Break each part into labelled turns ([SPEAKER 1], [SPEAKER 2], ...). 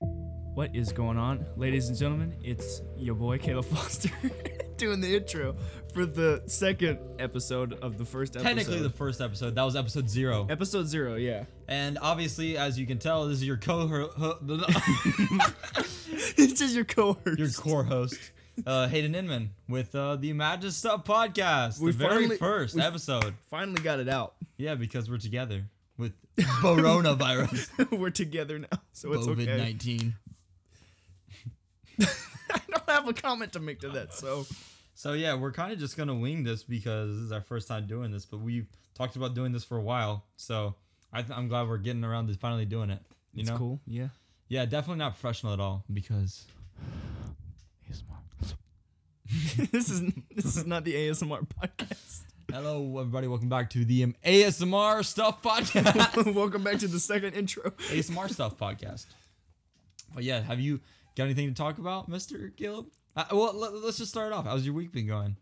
[SPEAKER 1] What is going on, ladies and gentlemen? It's your boy Caleb Foster doing the intro for the second episode of the first episode.
[SPEAKER 2] Technically, the first episode. That was episode zero.
[SPEAKER 1] episode zero, yeah.
[SPEAKER 2] And obviously, as you can tell, this is your co
[SPEAKER 1] this is your cohort.
[SPEAKER 2] your core host, uh, Hayden Inman, with uh, the Imagine Stuff podcast.
[SPEAKER 1] We
[SPEAKER 2] the very
[SPEAKER 1] finally-
[SPEAKER 2] first
[SPEAKER 1] we-
[SPEAKER 2] episode.
[SPEAKER 1] finally got it out.
[SPEAKER 2] Yeah, because we're together with coronavirus,
[SPEAKER 1] We're together now, so it's
[SPEAKER 2] COVID
[SPEAKER 1] okay.
[SPEAKER 2] 19.
[SPEAKER 1] I don't have a comment to make to that, so
[SPEAKER 2] So, yeah, we're kind of just going to wing this because this is our first time doing this, but we've talked about doing this for a while. So, I th- I'm glad we're getting around to finally doing it. You know?
[SPEAKER 1] cool. Yeah.
[SPEAKER 2] Yeah, definitely not professional at all because
[SPEAKER 1] this is this is not the ASMR podcast.
[SPEAKER 2] Hello, everybody. Welcome back to the um, ASMR Stuff Podcast.
[SPEAKER 1] Welcome back to the second intro.
[SPEAKER 2] ASMR Stuff Podcast. But yeah, have you got anything to talk about, Mister Caleb? Uh, well, let, us just start off. How's your week been going?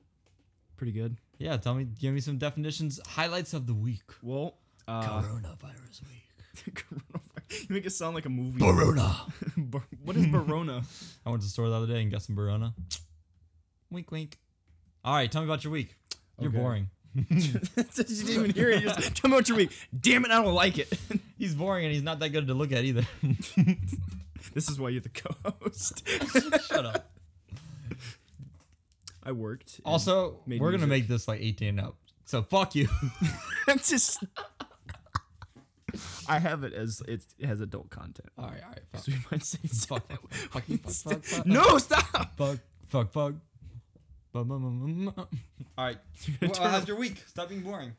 [SPEAKER 1] Pretty good.
[SPEAKER 2] Yeah, tell me. Give me some definitions, highlights of the week.
[SPEAKER 1] Well, uh,
[SPEAKER 2] Coronavirus week.
[SPEAKER 1] you make it sound like a movie.
[SPEAKER 2] Corona.
[SPEAKER 1] Bar- what is Barona?
[SPEAKER 2] I went to the store the other day and got some Barona. Wink, wink. All right, tell me about your week. You're
[SPEAKER 1] Okay.
[SPEAKER 2] boring.
[SPEAKER 1] you didn't even hear it. You just tell me what your week. Damn it, I don't like it.
[SPEAKER 2] He's boring and he's not that good to look at either.
[SPEAKER 1] this is why you're the co-host.
[SPEAKER 2] Shut up.
[SPEAKER 1] I worked. and-
[SPEAKER 2] Also,
[SPEAKER 1] Made
[SPEAKER 2] we're gonna
[SPEAKER 1] music.
[SPEAKER 2] make this like 18 and up. So fuck you.
[SPEAKER 1] It's just. I have it as it's, it has adult content.
[SPEAKER 2] all right, all right. Fuck.
[SPEAKER 1] Oh, So we might say
[SPEAKER 2] fuck, fuck, fuck, fuck, fuck, fuck.
[SPEAKER 1] No, stop.
[SPEAKER 2] Fuck, fuck, fuck. All right. Well, how's your week? Stop being boring.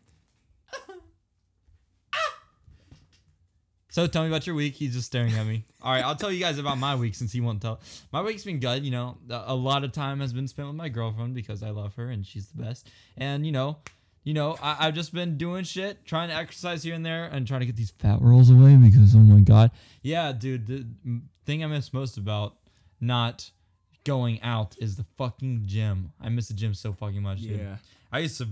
[SPEAKER 2] so tell me about your week. He's just staring at me. All right, I'll tell you guys about my week since he won't tell. My week's been good. You know, a a lot of time has been spent with my girlfriend because I love her and she's the best. And you know. You know, I, I've just been doing shit, trying to exercise here and there, and trying to get these fat rolls away because, oh my god, yeah, dude, the mm, thing I miss most about not going out is the fucking gym. I miss the gym so fucking much. Dude.
[SPEAKER 1] Yeah.
[SPEAKER 2] I used to,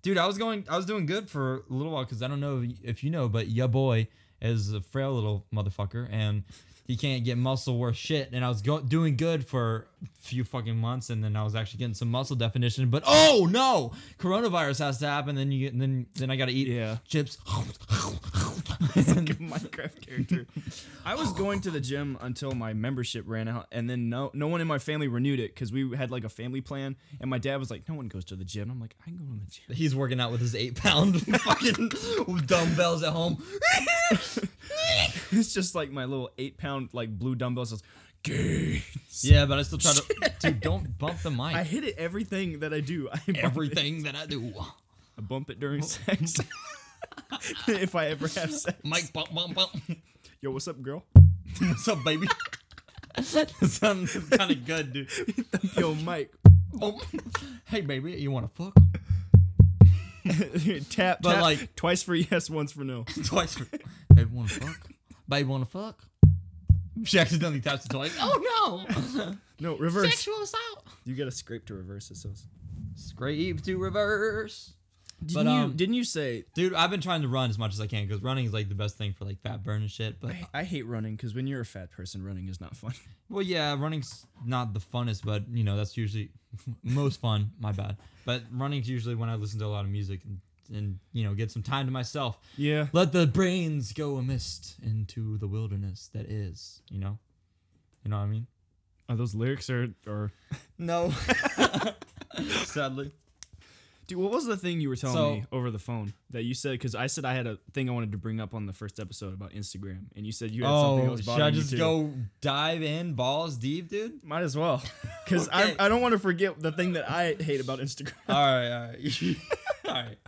[SPEAKER 2] dude. I was going, I was doing good for a little while because I don't know if you know, but ya boy is a frail little motherfucker and he can't get muscle worth shit. And I was go- doing good for a few fucking months, and then I was actually getting some muscle definition. But oh no, coronavirus has to happen. Then you get, then then I gotta eat
[SPEAKER 1] Yeah.
[SPEAKER 2] chips.
[SPEAKER 1] Like a Minecraft character. I was going to the gym until my membership ran out, and then no, no one in my family renewed it because we had like a family plan. And my dad was like, "No one goes to the gym." I'm like, "I can go to the gym."
[SPEAKER 2] He's working out with his eight pound fucking dumbbells at home.
[SPEAKER 1] it's just like my little eight pound like blue dumbbells. Just, "Gains."
[SPEAKER 2] Yeah, but I still try to. Dude, don't bump the mic.
[SPEAKER 1] I hit it everything that I do. I bump it.
[SPEAKER 2] Everything that I do.
[SPEAKER 1] I bump it during sex. if I ever have sex.
[SPEAKER 2] Mic bump, bump, bump.
[SPEAKER 1] Yo, what's up, girl?
[SPEAKER 2] What's up, baby? Sounds kind of good, dude.
[SPEAKER 1] Yo, Mike.
[SPEAKER 2] Oh, hey, baby, you want to fuck?
[SPEAKER 1] tap,
[SPEAKER 2] But,
[SPEAKER 1] tap
[SPEAKER 2] like-
[SPEAKER 1] twice for yes, once for no.
[SPEAKER 2] Twice. For, baby, want to fuck? Baby, want to fuck? She accidentally taps it twice. Oh no!
[SPEAKER 1] No, reverse.
[SPEAKER 2] assault.
[SPEAKER 1] You gotta scrape to reverse it. So.
[SPEAKER 2] Scrape to reverse.
[SPEAKER 1] Didn't
[SPEAKER 2] But,
[SPEAKER 1] you?
[SPEAKER 2] um,
[SPEAKER 1] didn't you say?
[SPEAKER 2] Dude, I've been trying to run as much as I can because running is like the best thing for like fat burn and shit. But
[SPEAKER 1] I hate running because when you're a fat person, running is not fun.
[SPEAKER 2] Well, yeah, running's not the funnest, but you know that's usually most fun. My bad, but running's usually when I listen to a lot of music and, and you know get some time to myself.
[SPEAKER 1] Yeah.
[SPEAKER 2] Let the brains go amist into the wilderness that is. You know, you know what I mean.
[SPEAKER 1] Are those lyrics or or?
[SPEAKER 2] No, sadly.
[SPEAKER 1] Dude, what was the thing you were telling
[SPEAKER 2] So-
[SPEAKER 1] me over the phone that you said? Because I said I had a thing I wanted to bring up on the first episode about Instagram, and you said you had something that
[SPEAKER 2] Oh,
[SPEAKER 1] was
[SPEAKER 2] should I
[SPEAKER 1] bothering you
[SPEAKER 2] just
[SPEAKER 1] too.
[SPEAKER 2] go dive in balls deep, dude?
[SPEAKER 1] Might as well, because
[SPEAKER 2] Okay.
[SPEAKER 1] I I don't want to forget the thing that I hate about Instagram.
[SPEAKER 2] All right, all right, all right.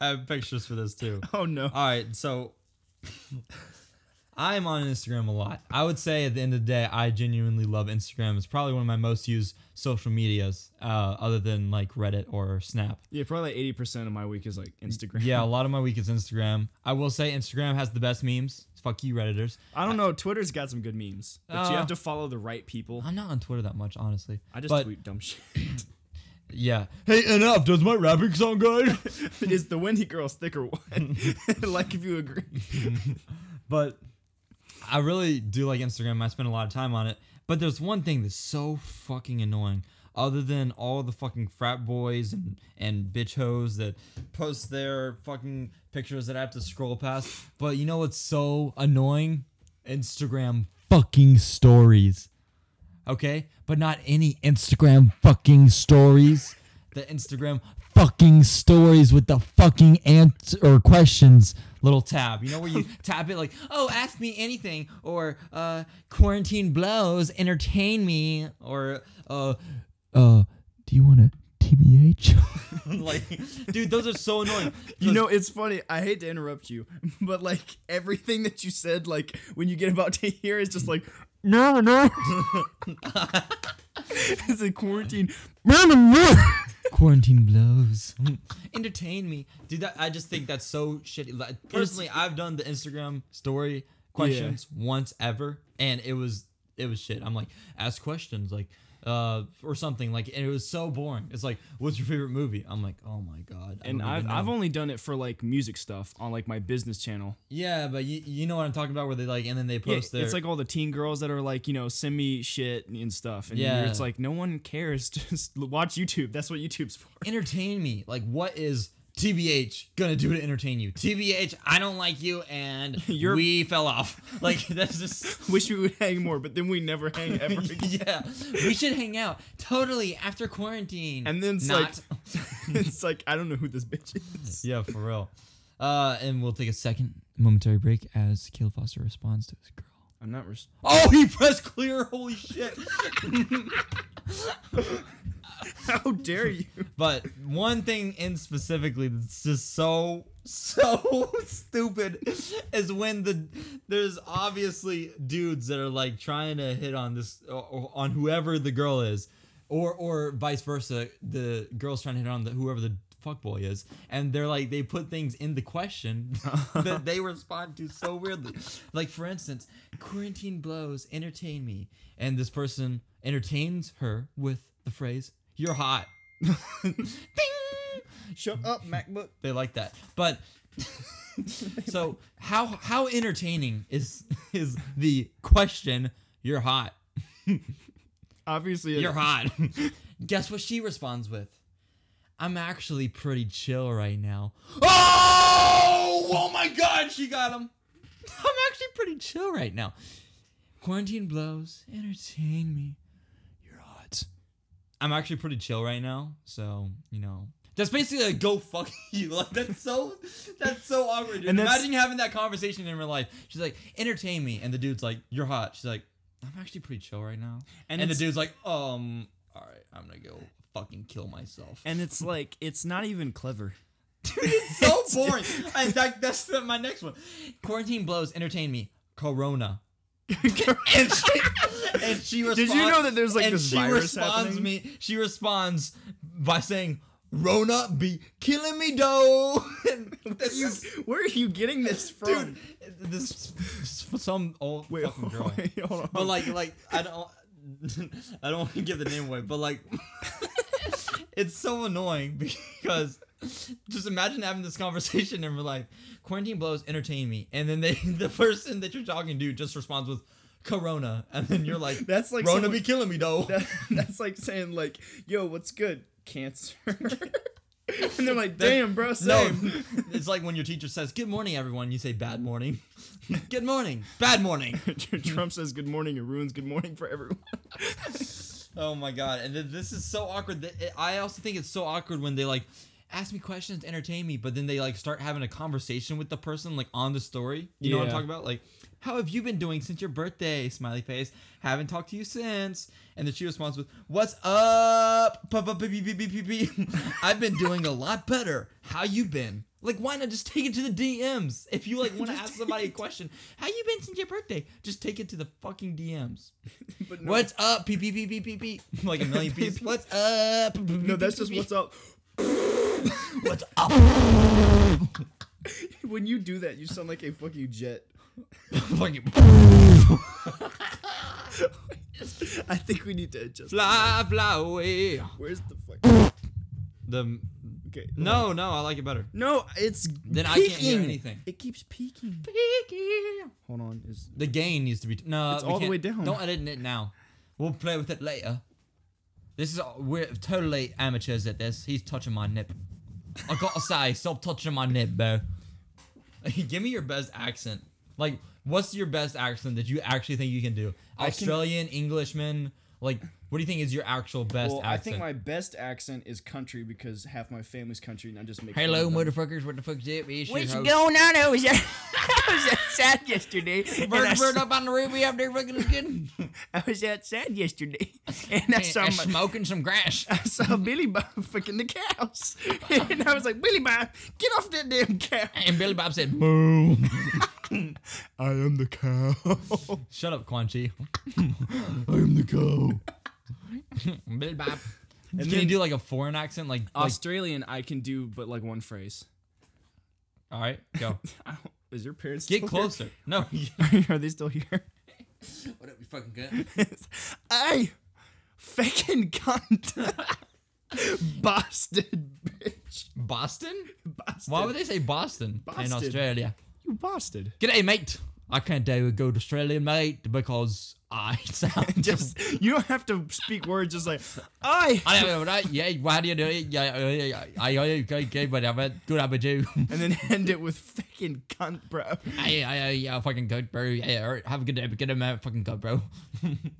[SPEAKER 2] I have pictures for this too.
[SPEAKER 1] Oh no.
[SPEAKER 2] All right, so I'm on Instagram a lot. I would say at the end of the day, I genuinely love Instagram. It's probably one of my most used social medias, uh, other than like Reddit or Snap.
[SPEAKER 1] Yeah, probably eighty percent of my week is like Instagram.
[SPEAKER 2] Yeah, a lot of my week is Instagram. I will say Instagram has the best memes. Fuck you, Redditors.
[SPEAKER 1] I don't know. Twitter's got some good memes, but you
[SPEAKER 2] Uh,
[SPEAKER 1] have to follow the right people.
[SPEAKER 2] I'm not on Twitter that much, honestly.
[SPEAKER 1] I just
[SPEAKER 2] but,
[SPEAKER 1] tweet dumb shit.
[SPEAKER 2] Yeah. Hey, enough. Does my rapping sound good?
[SPEAKER 1] is the Wendy girl's thicker one? like if you agree.
[SPEAKER 2] but I really do like Instagram. I spend a lot of time on it. But there's one thing that's so fucking annoying. Other than all the fucking frat boys and and bitch hoes that post their fucking pictures that I have to scroll past. But you know what's so annoying? Instagram fucking stories. Okay? But not any Instagram fucking stories. The Instagram fucking stories with the fucking answer or questions little tab. You know where you tap it like, "Oh, ask me anything" or uh quarantine blows, entertain me or uh uh do you want to TBH? like dude, those are so annoying.
[SPEAKER 1] You know, it's funny. I hate to interrupt you, but like everything that you said, like when you get about to hear, is just like, no, no. it's a quarantine. No, no, no.
[SPEAKER 2] quarantine blows. Entertain me, dude. That, I just think that's so shitty. Like, personally, I've done the Instagram story questions once ever, and it was it was shit. I'm like, ask questions, like. Uh, or something like, and it was so boring. It's like, what's your favorite movie? I'm like, oh my god. I
[SPEAKER 1] and
[SPEAKER 2] don't
[SPEAKER 1] I've,
[SPEAKER 2] even
[SPEAKER 1] I've
[SPEAKER 2] know."
[SPEAKER 1] only done it for like music stuff on like my business channel.
[SPEAKER 2] yeah, but you, you know what I'm talking about, where they like, and then they
[SPEAKER 1] Yeah,
[SPEAKER 2] post their
[SPEAKER 1] it's like all the teen girls that are like, you know, send me shit and stuff. And yeah.
[SPEAKER 2] Yeah.
[SPEAKER 1] it's like, no one cares. Just l- watch YouTube. That's what YouTube's for.
[SPEAKER 2] entertain me. Like, what is TBH gonna do to entertain you? TBH, I don't like you, and
[SPEAKER 1] You're-
[SPEAKER 2] we fell off. Like, that's just
[SPEAKER 1] Wish we would hang more, but then we never hang ever again.
[SPEAKER 2] yeah. We should hang out totally after quarantine.
[SPEAKER 1] And then it's
[SPEAKER 2] Not-
[SPEAKER 1] like, it's like, I don't know who this bitch is.
[SPEAKER 2] yeah, for real. Uh, and we'll take a second momentary break as Caleb Foster responds to his girl.
[SPEAKER 1] I'm not. Res-
[SPEAKER 2] Oh, he pressed clear. Holy shit.
[SPEAKER 1] How dare you?
[SPEAKER 2] But one thing in specifically that's just so so stupid is when the there's obviously dudes that are like trying to hit on this or- or on whoever the girl is, or or vice versa, the girl's trying to hit on the whoever the fuck boy is, and they're like they put things in the question that they respond to so weirdly. Like for instance, quarantine blows, entertain me, and this person entertains her with the phrase "You're hot."
[SPEAKER 1] Shut up, MacBook.
[SPEAKER 2] they like that. But so how how entertaining is is the question? You're hot.
[SPEAKER 1] Obviously,
[SPEAKER 2] You're hot. Guess what she responds with? I'm actually pretty chill right now. Oh! Oh my god, she got him. I'm actually pretty chill right now. Quarantine blows. Entertain me. You're hot. I'm actually pretty chill right now, so you know. That's basically like go fuck you. Like that's so that's so awkward. Dude.
[SPEAKER 1] And that's-
[SPEAKER 2] Imagine having that conversation in real life. She's like, entertain me, and the dude's like, you're hot. She's like, I'm actually pretty chill right now.
[SPEAKER 1] And
[SPEAKER 2] And, the
[SPEAKER 1] it's-
[SPEAKER 2] dude's like, um, all right, I'm gonna go fucking kill myself.
[SPEAKER 1] And it's like, it's not even clever.
[SPEAKER 2] Dude, it's so boring. I, that, that's the, my next one. Quarantine blows. Entertain me. Corona. And she, and she responds.
[SPEAKER 1] you know that there's, like,
[SPEAKER 2] and
[SPEAKER 1] this
[SPEAKER 2] she
[SPEAKER 1] virus
[SPEAKER 2] responds
[SPEAKER 1] happening?
[SPEAKER 2] me. She responds by saying, "Rona be killing me, though." And this
[SPEAKER 1] You-
[SPEAKER 2] is,
[SPEAKER 1] where are you getting this from?
[SPEAKER 2] dude, this is some old
[SPEAKER 1] Wait,
[SPEAKER 2] fucking girl.
[SPEAKER 1] wait, hold on.
[SPEAKER 2] But like, like I don't, I don't want to give the name away. But like, it's so annoying because just imagine having this conversation and we're like, quarantine blows, entertain me, and then they, the person that you're talking to, just responds with, Corona, and then you're like,
[SPEAKER 1] That's like
[SPEAKER 2] Corona
[SPEAKER 1] someone-
[SPEAKER 2] be killing me though.
[SPEAKER 1] That- that's like saying like, "Yo, what's good? Cancer." and they're like,
[SPEAKER 2] That-
[SPEAKER 1] "Damn, bro,
[SPEAKER 2] no,
[SPEAKER 1] same."
[SPEAKER 2] it's like when your teacher says, "Good morning, everyone." You say, "Bad morning." Good morning. Bad morning.
[SPEAKER 1] Trump says good morning and ruins good morning for everyone.
[SPEAKER 2] Oh my god! And th- this is so awkward. That it, I also think it's so awkward when they like ask me questions, entertain me, but then they like start having a conversation with the person like on the story. You know what I'm
[SPEAKER 1] Yeah.
[SPEAKER 2] talking about? Like, how have you been doing since your birthday? Smiley face. Haven't talked to you since. And then she responds with, "What's up? Pu- pu- pu- pu- pu- pu- pu- pu- I've been doing a lot better. How you been?" Like, why not just take it to the DMs? If you like want to ask somebody a question, how you been since your birthday? Just take it to the fucking DMs.
[SPEAKER 1] But no,
[SPEAKER 2] What's up? Pee pee pee pee pee pee. Like a million peeps. What's up?
[SPEAKER 1] no, that's just what's up.
[SPEAKER 2] what's up.
[SPEAKER 1] When you do that, you sound like a fucking jet.
[SPEAKER 2] Fucking
[SPEAKER 1] I think we need to adjust.
[SPEAKER 2] fly, fly away.
[SPEAKER 1] Where's the fuck?
[SPEAKER 2] The
[SPEAKER 1] Okay.
[SPEAKER 2] No, no, I like it better.
[SPEAKER 1] No, it's
[SPEAKER 2] Then
[SPEAKER 1] peaking.
[SPEAKER 2] I can't hear anything.
[SPEAKER 1] It keeps peaking. Hold on. Is
[SPEAKER 2] The gain needs to be. No,
[SPEAKER 1] It's
[SPEAKER 2] we
[SPEAKER 1] all the
[SPEAKER 2] can't-
[SPEAKER 1] way down.
[SPEAKER 2] Don't edit it now. We'll play with it later. This is we're totally amateurs at this. He's touching my nip. I gotta say, stop touching my nip, bro. Give me your best accent. Like, what's your best accent that you actually think you can do?
[SPEAKER 1] I can-
[SPEAKER 2] Australian, Englishman. Like, what do you think is your actual best
[SPEAKER 1] well, I
[SPEAKER 2] accent?
[SPEAKER 1] think my best accent is country because half my family's country, and I just make.
[SPEAKER 2] Hello,
[SPEAKER 1] fun of them.
[SPEAKER 2] motherfuckers. What the fuck's up? It's your
[SPEAKER 3] What's
[SPEAKER 2] host.
[SPEAKER 3] going on? I was, I was outside yesterday. and I,
[SPEAKER 2] Bird,
[SPEAKER 3] s-
[SPEAKER 2] bird up on the roof. We up there fucking looking.
[SPEAKER 3] I was outside yesterday, and I
[SPEAKER 2] And-
[SPEAKER 3] saw
[SPEAKER 2] and
[SPEAKER 3] my,
[SPEAKER 2] smoking some grass.
[SPEAKER 3] I saw Billy Bob fucking the cows, and I was like, Billy Bob, get off that damn cow!
[SPEAKER 2] And Billy Bob said, "Moo."
[SPEAKER 1] I am the cow.
[SPEAKER 2] Shut up, Quan Chi.
[SPEAKER 1] I am the cow.
[SPEAKER 2] Billy Bob. Can
[SPEAKER 1] then-
[SPEAKER 2] you do like a foreign accent? Like, like
[SPEAKER 1] Australian, I can do, but like one phrase.
[SPEAKER 2] all right, go.
[SPEAKER 1] I don't- Is your parents
[SPEAKER 2] Get
[SPEAKER 1] still
[SPEAKER 2] closer. No.
[SPEAKER 1] Here? Are they still here?
[SPEAKER 2] what up, you fucking cunt?
[SPEAKER 3] I fucking cunt, Boston bitch,
[SPEAKER 2] Boston?
[SPEAKER 3] Boston.
[SPEAKER 2] Why would they say Boston, in
[SPEAKER 1] Boston.
[SPEAKER 2] Australia?
[SPEAKER 1] You bastard.
[SPEAKER 2] G'day, mate. I can't do a good Australian, mate, because I sound
[SPEAKER 1] Just you don't have to speak words. Just like I.
[SPEAKER 2] I don't know, right? Yeah, why do you do it? Yeah, yeah, yeah, I, I, okay, okay, whatever. Good up with you.
[SPEAKER 1] and then end it with fucking cunt, bro.
[SPEAKER 2] Hey, hey, hey, yeah, fucking goat, bro. Yeah, all right, have a good day, but get him out, fucking goat, bro.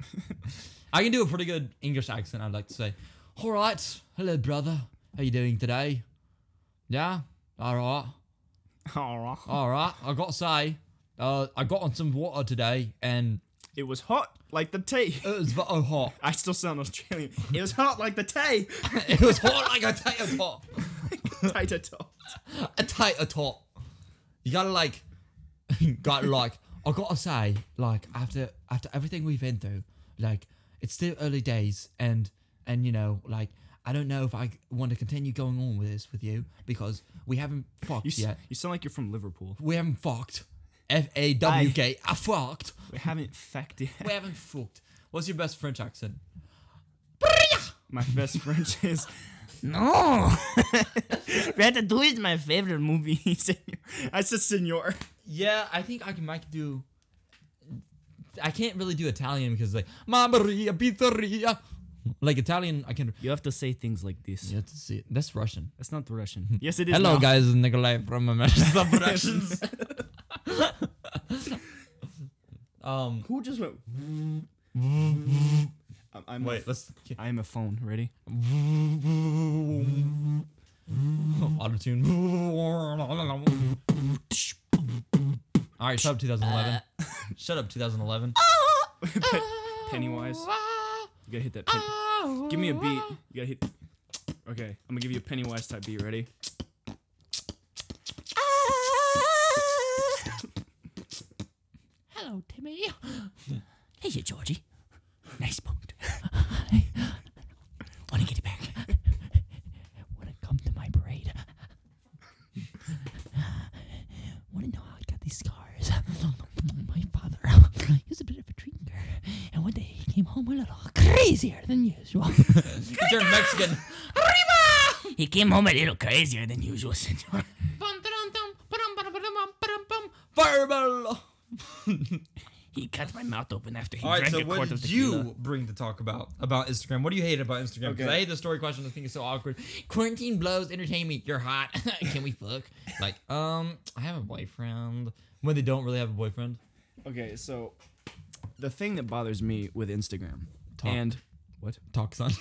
[SPEAKER 2] I can do a pretty good English accent, I'd like to say. All right, hello, brother. How you doing today? Yeah, all right,
[SPEAKER 1] All right.
[SPEAKER 2] all right. I got to say, uh, I got on some water today, and
[SPEAKER 1] It was hot like the tea.
[SPEAKER 2] it was very hot.
[SPEAKER 1] I still sound Australian. It was hot like the tea.
[SPEAKER 2] it was hot like a tater tot,
[SPEAKER 1] Tater tot.
[SPEAKER 2] a tater tot. You gotta like, gotta like. I gotta say, like after after everything we've been through, like it's still early days, and and you know, like I don't know if I want to continue going on with this with you because we haven't fucked
[SPEAKER 1] You, s-
[SPEAKER 2] yet.
[SPEAKER 1] you sound like you're from Liverpool.
[SPEAKER 2] We haven't fucked. F A W K. I fucked.
[SPEAKER 1] We haven't fucked yet.
[SPEAKER 2] We haven't fucked. What's your best French accent?
[SPEAKER 1] My best French is
[SPEAKER 3] No, Ratatouille is my favorite movie. senor.
[SPEAKER 1] I said senor.
[SPEAKER 2] Yeah, I think I can make do. I can't really do Italian because like Mammaria Pizzeria, like Italian I can.
[SPEAKER 1] You have to say things like this.
[SPEAKER 2] Yeah, that's it. That's Russian.
[SPEAKER 1] That's not Russian. Yes, it is.
[SPEAKER 2] Hello,
[SPEAKER 1] now.
[SPEAKER 2] guys. Nikolai from America Productions. um,
[SPEAKER 1] Who just went? I'm, I'm A,
[SPEAKER 2] let's
[SPEAKER 1] I am a phone. Ready?
[SPEAKER 2] auto tune. All right, shut up, 2011. shut up, 2011.
[SPEAKER 1] Pennywise. You gotta hit that. Pen- give me a beat. You gotta hit. Okay, I'm gonna give you a Pennywise type beat. Ready?
[SPEAKER 3] Hello, Timmy. Hey, you, Georgie. Nice boat. Want to get it back? Want to come to my parade? Want to know how I got these scars? My father he was a bit of a drinker, and one day he came home a little crazier than usual.
[SPEAKER 2] You're Mexican.
[SPEAKER 3] he came home a little crazier than usual, senor.
[SPEAKER 2] Fireball.
[SPEAKER 3] He cut my mouth open after he
[SPEAKER 2] All right,
[SPEAKER 3] drank
[SPEAKER 2] so
[SPEAKER 3] a quart
[SPEAKER 2] what
[SPEAKER 3] of
[SPEAKER 2] did
[SPEAKER 3] tequila.
[SPEAKER 2] you bring to talk about about Instagram? What do you hate about Instagram? 'Cause
[SPEAKER 1] Okay.
[SPEAKER 2] I hate the story question. I think it's so awkward. Quarantine blows. Entertainment. You're hot. Can we fuck? Like, um, I have a boyfriend. When they don't really have a boyfriend.
[SPEAKER 1] Okay, so the thing that bothers me with Instagram
[SPEAKER 2] Talk.
[SPEAKER 1] and what
[SPEAKER 2] Talk son.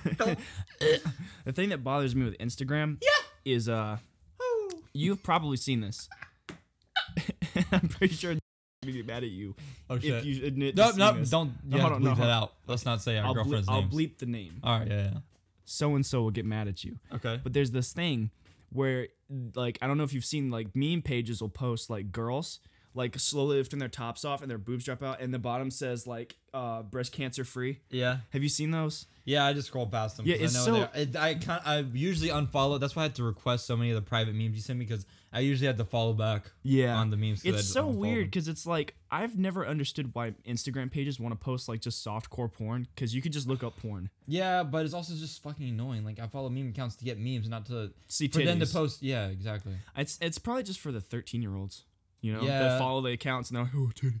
[SPEAKER 1] the thing that bothers me with Instagram is uh you've probably seen this. I'm pretty sure I'm gonna get mad at you
[SPEAKER 2] Oh shit.
[SPEAKER 1] if you admit. to
[SPEAKER 2] nope,
[SPEAKER 1] seeing
[SPEAKER 2] nope.
[SPEAKER 1] this.
[SPEAKER 2] Don't.
[SPEAKER 1] No,
[SPEAKER 2] Yeah,
[SPEAKER 1] hold on,
[SPEAKER 2] bleep
[SPEAKER 1] no,
[SPEAKER 2] that
[SPEAKER 1] hold on.
[SPEAKER 2] out. Let's not say our
[SPEAKER 1] I'll, ble-
[SPEAKER 2] girlfriend's
[SPEAKER 1] I'll
[SPEAKER 2] name.
[SPEAKER 1] bleep the name.
[SPEAKER 2] All right. Yeah.
[SPEAKER 1] So and so will get mad at you.
[SPEAKER 2] yeah. Okay.
[SPEAKER 1] But there's this thing where like I don't know if you've seen like meme pages will post like girls like slowly lifting their tops off and their boobs drop out, and the bottom says like uh, breast cancer free.
[SPEAKER 2] Yeah.
[SPEAKER 1] Have you seen those?
[SPEAKER 2] Yeah, I just scroll past them.
[SPEAKER 1] Yeah,
[SPEAKER 2] 'cause I
[SPEAKER 1] it's
[SPEAKER 2] know
[SPEAKER 1] so-
[SPEAKER 2] they're- it- I can I usually unfollow. That's why I had to request so many of the private memes you sent me because I usually had to follow back.
[SPEAKER 1] Yeah.
[SPEAKER 2] on the memes. 'cause I
[SPEAKER 1] It's
[SPEAKER 2] just
[SPEAKER 1] so
[SPEAKER 2] unfollowed
[SPEAKER 1] weird
[SPEAKER 2] them.
[SPEAKER 1] because it's like I've never understood why Instagram pages want to post like just soft core porn because you could just look up porn.
[SPEAKER 2] Yeah, but it's also just fucking annoying. Like I follow meme accounts to get memes, not to
[SPEAKER 1] See
[SPEAKER 2] for them to
[SPEAKER 1] titties.
[SPEAKER 2] post. Yeah, exactly.
[SPEAKER 1] It's it's probably just for the thirteen year olds, you know,
[SPEAKER 2] Yeah.
[SPEAKER 1] that follow the accounts and they're like, oh titties.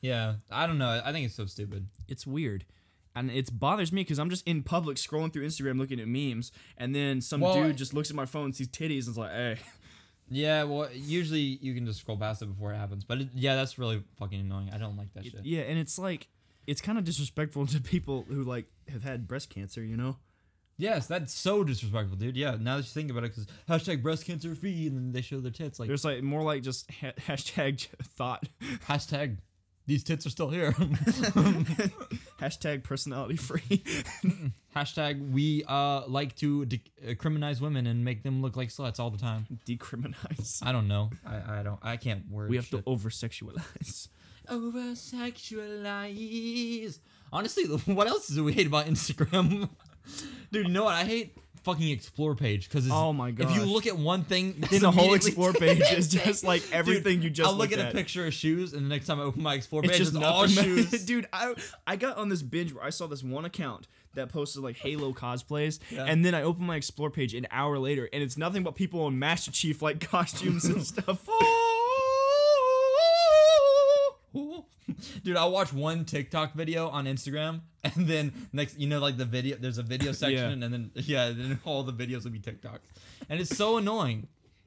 [SPEAKER 2] Yeah, I don't know. I think it's so stupid.
[SPEAKER 1] It's weird. And it bothers me because I'm just in public scrolling through Instagram looking at memes, and then some
[SPEAKER 2] Well, I-
[SPEAKER 1] dude just looks at my phone, and sees titties, and is like, "Hey,
[SPEAKER 2] Yeah, well, usually you can just scroll past it before it happens. But it, yeah, that's really fucking annoying. I don't like that shit.
[SPEAKER 1] yeah." And it's like, it's kind of disrespectful to people who like have had breast cancer, you know?
[SPEAKER 2] Yes, that's so disrespectful, dude. Yeah, now that you think about it, because hashtag breast cancer free, and then they show their tits like
[SPEAKER 1] There's like more like just ha- hashtag thought,
[SPEAKER 2] hashtag these tits are still here.
[SPEAKER 1] hashtag personality free.
[SPEAKER 2] hashtag we uh like to de- uh, criminalize women and make them look like sluts all the time.
[SPEAKER 1] decriminalize.
[SPEAKER 2] I don't know. I, I don't. I can't word.
[SPEAKER 1] We have
[SPEAKER 2] shit.
[SPEAKER 1] to over sexualize.
[SPEAKER 2] over sexualize. Honestly, what else do we hate about Instagram? Dude, you know what? I hate fucking explore page because
[SPEAKER 1] Oh my
[SPEAKER 2] If you
[SPEAKER 1] gosh.
[SPEAKER 2] look at one thing, that's
[SPEAKER 1] Then the whole
[SPEAKER 2] immediately-
[SPEAKER 1] explore page is just like
[SPEAKER 2] Dude,
[SPEAKER 1] everything you just
[SPEAKER 2] I'll look
[SPEAKER 1] looked
[SPEAKER 2] at,
[SPEAKER 1] at.
[SPEAKER 2] a picture of shoes, and the next time I open my explore
[SPEAKER 1] It's
[SPEAKER 2] page,
[SPEAKER 1] just
[SPEAKER 2] it's all
[SPEAKER 1] nothing.
[SPEAKER 2] shoes.
[SPEAKER 1] dude. I I got on this binge where I saw this one account that posted like Halo cosplays,
[SPEAKER 2] Yeah.
[SPEAKER 1] and then I opened my explore page an hour later, and it's nothing but people in Master Chief like costumes and stuff.
[SPEAKER 2] Dude, I watch one TikTok video on Instagram, and then next, you know, like the video, there's a video section, and then yeah, then all the videos will be TikToks, and it's so annoying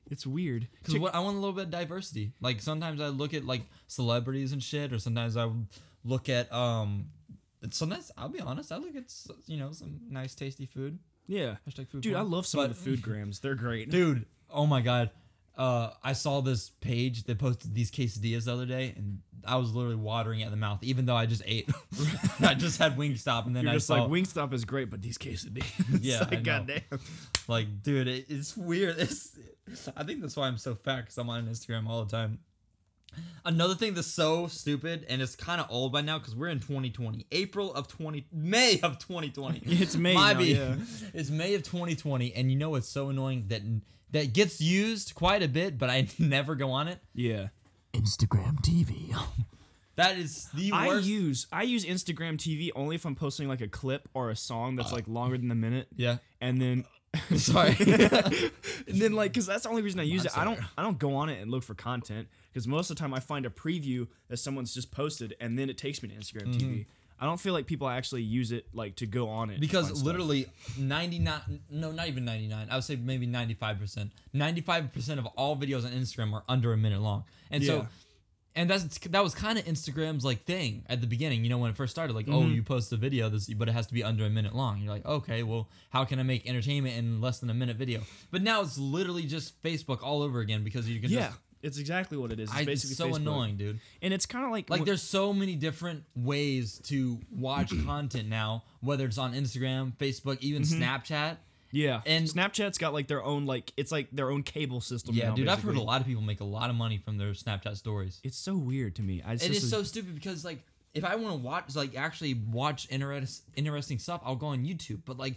[SPEAKER 1] It's weird.
[SPEAKER 2] because what I want a little bit of diversity. Like sometimes I look at like celebrities and shit, or sometimes I look at um, sometimes I'll be honest, I look at s- you know some nice tasty food.
[SPEAKER 1] Yeah,
[SPEAKER 2] Hashtag food
[SPEAKER 1] dude. I
[SPEAKER 2] porn.
[SPEAKER 1] love some of
[SPEAKER 2] But-
[SPEAKER 1] the food grams. They're great.
[SPEAKER 2] dude oh my god uh, i saw this page that posted these quesadillas the other day and i was literally watering at the mouth even though i just ate i just had wingstop and then
[SPEAKER 1] You're
[SPEAKER 2] i
[SPEAKER 1] just
[SPEAKER 2] saw
[SPEAKER 1] like
[SPEAKER 2] like,
[SPEAKER 1] Wingstop is great, but these quesadillas.
[SPEAKER 2] Yeah, I
[SPEAKER 1] like,
[SPEAKER 2] know.
[SPEAKER 1] goddamn.
[SPEAKER 2] dude it, it's weird it's, i think that's why i'm so fat because i'm on instagram all the time another thing that's so stupid and it's kind of old by now because we're in 2020 april of 20 may of 2020
[SPEAKER 1] It's May
[SPEAKER 2] Might
[SPEAKER 1] now,
[SPEAKER 2] be.
[SPEAKER 1] yeah.
[SPEAKER 2] it's may of 2020 and you know what's so annoying that that gets used quite a bit but i never go on it
[SPEAKER 1] Yeah.
[SPEAKER 3] Instagram TV.
[SPEAKER 2] That is the
[SPEAKER 1] I
[SPEAKER 2] worst.
[SPEAKER 1] use I use Instagram TV only if I'm posting like a clip or a song that's like longer than a minute.
[SPEAKER 2] Uh. yeah.
[SPEAKER 1] And then
[SPEAKER 2] Sorry.
[SPEAKER 1] and then like because that's the only reason i use
[SPEAKER 2] I'm
[SPEAKER 1] it i don't
[SPEAKER 2] sorry.
[SPEAKER 1] i don't go on it and look for content because most of the time i find a preview that someone's just posted and then it takes me to instagram tv i don't feel like people actually use it like to go on it and find
[SPEAKER 2] Mm-hmm. because
[SPEAKER 1] stuff.
[SPEAKER 2] literally 99 no not even 99 i would say maybe 95% 95% of all videos on instagram are under a minute long and so
[SPEAKER 1] Yeah.
[SPEAKER 2] and that's that was kind of instagram's like thing at the beginning you know when it first started like
[SPEAKER 1] Mm-hmm.
[SPEAKER 2] oh you post a video this but it has to be under a minute long you're like okay well how can i make entertainment in less than a minute video but now it's literally just facebook all over again because you can
[SPEAKER 1] yeah
[SPEAKER 2] just
[SPEAKER 1] it's exactly what it is it's
[SPEAKER 2] I,
[SPEAKER 1] basically
[SPEAKER 2] it's so
[SPEAKER 1] Facebook.
[SPEAKER 2] annoying dude
[SPEAKER 1] and it's kind of like
[SPEAKER 2] Like
[SPEAKER 1] wh-
[SPEAKER 2] there's so many different ways to watch content now, whether it's on Instagram, Facebook, even
[SPEAKER 1] Mm-hmm.
[SPEAKER 2] Snapchat.
[SPEAKER 1] yeah
[SPEAKER 2] and-
[SPEAKER 1] and snapchat's got like their own like it's like their own cable system
[SPEAKER 2] Yeah,
[SPEAKER 1] now,
[SPEAKER 2] dude, I've heard a
[SPEAKER 1] basically.
[SPEAKER 2] lot of people make a lot of money from their Snapchat stories.
[SPEAKER 1] it's so weird to me I just,
[SPEAKER 2] It is so stupid because like if I want to watch like actually watch interest, interesting stuff, I'll go on YouTube. But like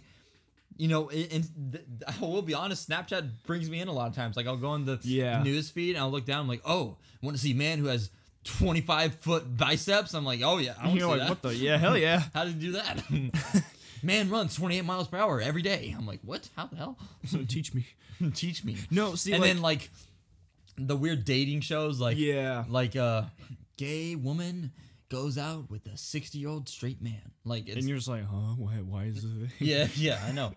[SPEAKER 2] you know, it, and th- I will be honest, Snapchat brings me in a lot of times. Like I'll go on the
[SPEAKER 1] Yeah.
[SPEAKER 2] news feed and I'll look down. I'm like, oh, want to see man who has 25 foot biceps? I'm like, oh yeah, I want
[SPEAKER 1] you're
[SPEAKER 2] to see
[SPEAKER 1] like
[SPEAKER 2] that.
[SPEAKER 1] what the yeah hell yeah
[SPEAKER 2] How did you do that? Man runs 28 miles per hour every day. I'm like, what? How the hell?
[SPEAKER 1] so teach me
[SPEAKER 2] Teach me.
[SPEAKER 1] no see
[SPEAKER 2] and
[SPEAKER 1] like,
[SPEAKER 2] then like the weird dating shows, like
[SPEAKER 1] yeah
[SPEAKER 2] like uh, gay woman goes out with a 60 year old straight man. Like it's
[SPEAKER 1] and you're just like huh why, why is it
[SPEAKER 2] yeah yeah I know.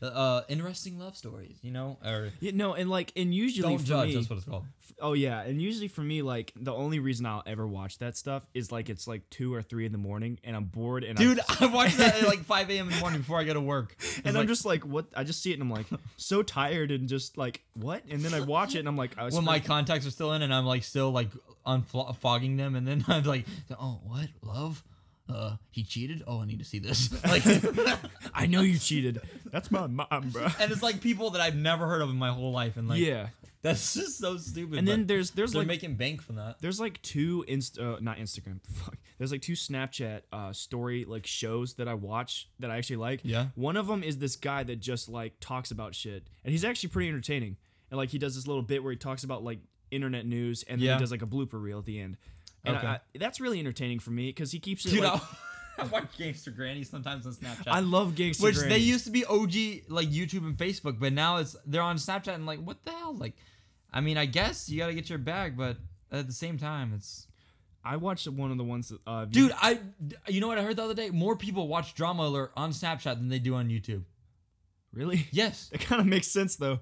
[SPEAKER 2] Uh, interesting love stories, you know, or
[SPEAKER 1] Yeah, no, and like, and usually
[SPEAKER 2] don't
[SPEAKER 1] for
[SPEAKER 2] judge.
[SPEAKER 1] me,
[SPEAKER 2] That's what it's called.
[SPEAKER 1] f- oh yeah, and usually for me, like the only reason I'll ever watch that stuff is like it's like two or three in the morning, and I'm bored, and
[SPEAKER 2] Dude,
[SPEAKER 1] I'm,
[SPEAKER 2] I watched that at like 5 a.m. in the morning before I go to work. It's
[SPEAKER 1] and I'm
[SPEAKER 2] like,
[SPEAKER 1] just like, what? I just see it, and I'm like, so tired, and just like, what? And then I watch it, and I'm like, I was
[SPEAKER 2] when my
[SPEAKER 1] pretty-
[SPEAKER 2] contacts are still in and I'm like still like unfogging them and then I'm like, oh, what? Love?
[SPEAKER 4] uh, he cheated. Oh, I need to see this. Like,
[SPEAKER 1] I know you cheated. That's my mom, bro.
[SPEAKER 2] and it's like people that I've never heard of in my whole life, and like
[SPEAKER 1] yeah.
[SPEAKER 2] that's just so stupid.
[SPEAKER 1] And then
[SPEAKER 2] but
[SPEAKER 1] there's there's
[SPEAKER 2] they're
[SPEAKER 1] like
[SPEAKER 2] making bank from that.
[SPEAKER 1] there's like two inst uh, not Instagram fuck there's like two Snapchat uh, story like shows that I watch that I actually like.
[SPEAKER 2] Yeah.
[SPEAKER 1] One of them is this guy that just like talks about shit, and he's actually pretty entertaining. And like he does this little bit where he talks about like internet news, and then
[SPEAKER 2] Yeah.
[SPEAKER 1] he does like a blooper reel at the end. And
[SPEAKER 2] Okay.
[SPEAKER 1] I, I- that's really entertaining for me because he keeps it.
[SPEAKER 2] Dude,
[SPEAKER 1] like,
[SPEAKER 2] I watch Gangster Granny sometimes on Snapchat.
[SPEAKER 1] I love gangster.
[SPEAKER 2] which they
[SPEAKER 1] Granny.
[SPEAKER 2] used to be OG like YouTube and Facebook, but now it's they're on Snapchat and like what the hell? Like, I mean, I guess you gotta get your bag, but at the same time, it's
[SPEAKER 1] I watched one of the ones. that, Uh,
[SPEAKER 2] dude. I you know what I heard the other day? More people watch Drama Alert on Snapchat than they do on YouTube.
[SPEAKER 1] really?
[SPEAKER 2] Yes,
[SPEAKER 1] That kind of makes sense though.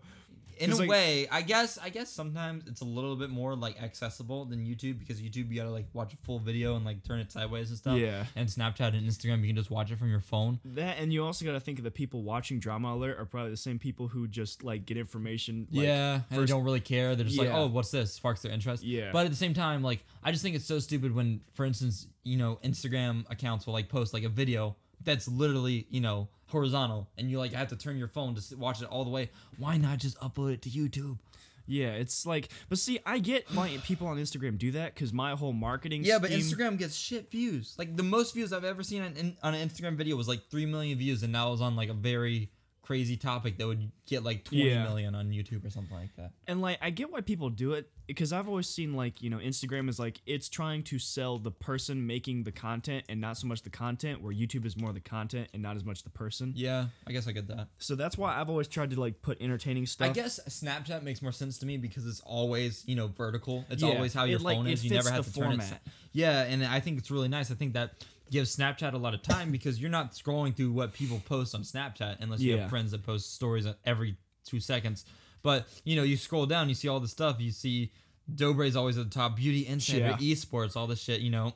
[SPEAKER 2] in a
[SPEAKER 1] It's like-
[SPEAKER 2] way, I guess. I guess sometimes it's a little bit more like accessible than YouTube because YouTube you gotta like watch a full video and like turn it sideways and stuff.
[SPEAKER 1] Yeah.
[SPEAKER 2] And Snapchat and Instagram, you can just watch it from your phone.
[SPEAKER 1] That and you also got to think of the people watching Drama Alert are probably the same people who just like get information. Like,
[SPEAKER 2] yeah, and
[SPEAKER 1] first-
[SPEAKER 2] they don't really care. They're just like,
[SPEAKER 1] Yeah.
[SPEAKER 2] oh, what's this? Sparks their interest.
[SPEAKER 1] Yeah.
[SPEAKER 2] But at the same time, like, I just think it's so stupid when, for instance, you know, Instagram accounts will like post like a video that's literally, you know, horizontal, and you like have to turn your phone to s- watch it all the way. Why not just upload it to YouTube?
[SPEAKER 1] Yeah, it's like, but see, I get why people on Instagram do that because my whole marketing.
[SPEAKER 2] Yeah, but
[SPEAKER 1] scheme-
[SPEAKER 2] Instagram gets shit views. Like the most views I've ever seen on, in, on an Instagram video was like three million views, and now it was on like a very crazy topic that would get like twenty million
[SPEAKER 1] Yeah.
[SPEAKER 2] on YouTube or something like that.
[SPEAKER 1] and like I get why people do it because I've always seen like you know Instagram is like it's trying to sell the person making the content and not so much the content, where YouTube is more the content and not as much the person.
[SPEAKER 2] Yeah, I guess I get that.
[SPEAKER 1] So that's why I've always tried to like put entertaining stuff.
[SPEAKER 2] I guess Snapchat makes more sense to me because it's always, you know, vertical. It's
[SPEAKER 1] Yeah,
[SPEAKER 2] always how your
[SPEAKER 1] it, like,
[SPEAKER 2] phone
[SPEAKER 1] it
[SPEAKER 2] is. You
[SPEAKER 1] fits
[SPEAKER 2] never have
[SPEAKER 1] the
[SPEAKER 2] to turn it.
[SPEAKER 1] format.
[SPEAKER 2] si- Yeah, and I think it's really nice. I think that gives Snapchat a lot of time because you're not scrolling through what people post on Snapchat unless you
[SPEAKER 1] Yeah.
[SPEAKER 2] have friends that post stories every two seconds. But you know, you scroll down, you see all the stuff. You see Dobre's always at the top, beauty insider, esports, all this shit. You know,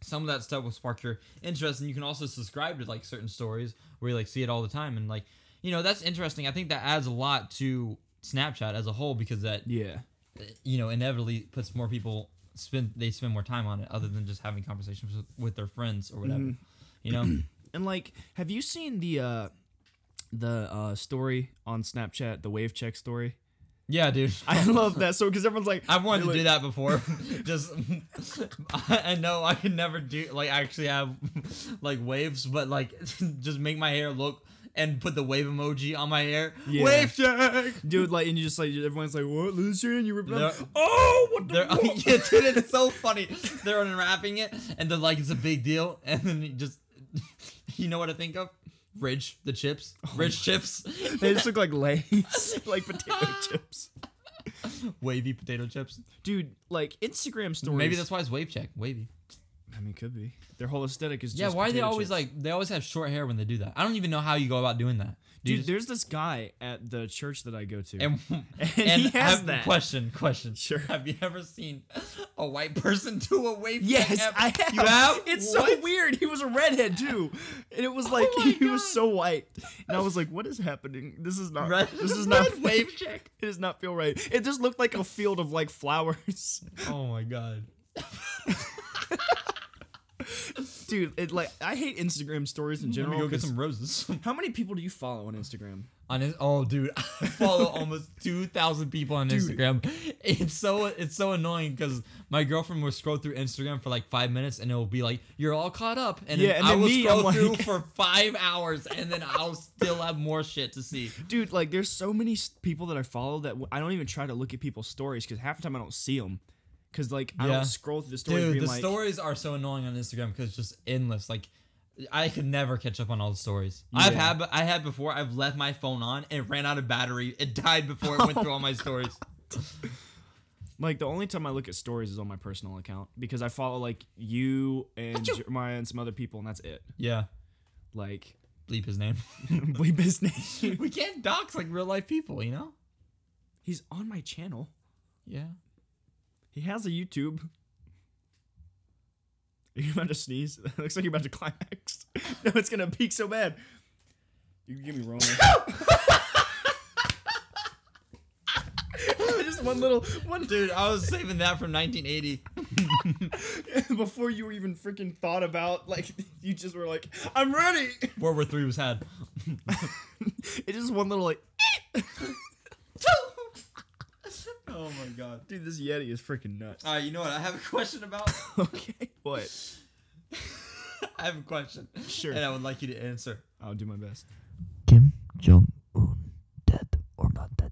[SPEAKER 2] some of that stuff will spark your interest and you can also subscribe to like certain stories where you like see it all the time and like you know that's interesting i think that adds a lot to snapchat as a whole because that
[SPEAKER 1] Yeah.
[SPEAKER 2] you know inevitably puts more people spend they spend more time on it other than just having conversations with, with their friends or whatever
[SPEAKER 1] Mm-hmm.
[SPEAKER 2] you know
[SPEAKER 1] And like, have you seen the uh the uh story on Snapchat, the wave check story?
[SPEAKER 2] yeah dude
[SPEAKER 1] I love that story because everyone's like,
[SPEAKER 2] I've wanted to
[SPEAKER 1] Really?
[SPEAKER 2] do that before. Just I know I can never do like actually have like waves, but like just make my hair look and put the wave emoji on my hair.
[SPEAKER 1] Yeah.
[SPEAKER 2] Wave check.
[SPEAKER 1] dude, like, and you just like everyone's like, what, Lucian? You were
[SPEAKER 2] They're-
[SPEAKER 1] oh, what the
[SPEAKER 2] They're,
[SPEAKER 1] fuck?
[SPEAKER 2] yeah, dude, it's so funny. They're unwrapping it, and they're like, "It's a big deal," and then you just, you know what I think of? Ridge the chips,
[SPEAKER 1] Oh
[SPEAKER 2] Ridge chips,
[SPEAKER 1] They just look like Lay's, like potato chips.
[SPEAKER 2] wavy potato chips.
[SPEAKER 1] Dude, like Instagram stories.
[SPEAKER 2] Maybe that's why it's wave check, wavy.
[SPEAKER 1] I mean, could be. Their whole aesthetic is
[SPEAKER 2] Yeah,
[SPEAKER 1] just.
[SPEAKER 2] why are they
[SPEAKER 1] potato
[SPEAKER 2] always
[SPEAKER 1] chips.
[SPEAKER 2] like? They always have short hair when they do that. I don't even know how you go about doing that. Do
[SPEAKER 1] Dude,
[SPEAKER 2] you just-
[SPEAKER 1] there's this guy at the church that I go to,
[SPEAKER 2] and,
[SPEAKER 1] and
[SPEAKER 2] and
[SPEAKER 1] he has
[SPEAKER 2] have-
[SPEAKER 1] that.
[SPEAKER 2] question. Question.
[SPEAKER 1] Sure.
[SPEAKER 2] Have you ever seen a white person do a wave?
[SPEAKER 1] Yes,
[SPEAKER 2] check?
[SPEAKER 1] I have.
[SPEAKER 2] You have?
[SPEAKER 1] It's
[SPEAKER 2] What? Oh
[SPEAKER 1] so weird. He was a redhead too, and it was like
[SPEAKER 2] my
[SPEAKER 1] he was
[SPEAKER 2] God.
[SPEAKER 1] so white, and I was like, "What is happening? This is not.
[SPEAKER 2] Red-
[SPEAKER 1] this is not
[SPEAKER 2] red wave check.
[SPEAKER 1] It does not feel right. It just looked like a field of like flowers,
[SPEAKER 2] Oh my god.
[SPEAKER 1] dude. It like I hate Instagram stories in
[SPEAKER 2] Let me
[SPEAKER 1] general.
[SPEAKER 2] go get
[SPEAKER 1] 'cause-
[SPEAKER 2] some roses.
[SPEAKER 1] How many people do you follow on Instagram?
[SPEAKER 2] on his oh dude i follow almost 2000 people on instagram it's so it's so annoying because my girlfriend will scroll through instagram for like five minutes and it will be like you're all caught up and,
[SPEAKER 1] Yeah,
[SPEAKER 2] then
[SPEAKER 1] and
[SPEAKER 2] i
[SPEAKER 1] then
[SPEAKER 2] will
[SPEAKER 1] me,
[SPEAKER 2] scroll
[SPEAKER 1] I'm
[SPEAKER 2] through
[SPEAKER 1] like-
[SPEAKER 2] for five hours and then i'll still have more shit to see
[SPEAKER 1] dude like there's so many s- people that i follow that w- i don't even try to look at people's stories because half the time i don't see them because like i
[SPEAKER 2] Yeah.
[SPEAKER 1] don't scroll through the stories
[SPEAKER 2] dude
[SPEAKER 1] being
[SPEAKER 2] the
[SPEAKER 1] like
[SPEAKER 2] stories are so annoying on instagram because it's just endless like I could never catch up on all the stories. I've
[SPEAKER 1] Yeah.
[SPEAKER 2] had I had before. I've left my phone on and it ran out of battery. It died before it went through all my stories.
[SPEAKER 1] like the only time i look at stories is on my personal account because i follow like you and jeremiah and some other people and that's it
[SPEAKER 2] Yeah,
[SPEAKER 1] like
[SPEAKER 2] bleep his name.
[SPEAKER 1] bleep his name
[SPEAKER 2] we can't dox like real life people, you know?
[SPEAKER 1] he's on my channel
[SPEAKER 2] Yeah.
[SPEAKER 1] he has a youtube are you about to sneeze? It looks like you're about to climax. No, it's gonna peak so bad. You can give me wrong. just one little one
[SPEAKER 2] Dude, I was saving that from 1980.
[SPEAKER 1] before you even freaking thought about like you just were like I'm ready.
[SPEAKER 2] World War Three was had.
[SPEAKER 1] It's just one little like
[SPEAKER 2] Oh my god.
[SPEAKER 1] dude this Yeti is freaking nuts.
[SPEAKER 2] All right, you know what? I have a question about.
[SPEAKER 1] okay. What?
[SPEAKER 2] I have a question,
[SPEAKER 1] Sure.
[SPEAKER 2] and I would like you to answer.
[SPEAKER 1] I'll do my best.
[SPEAKER 3] Kim Jong Un, dead or not dead?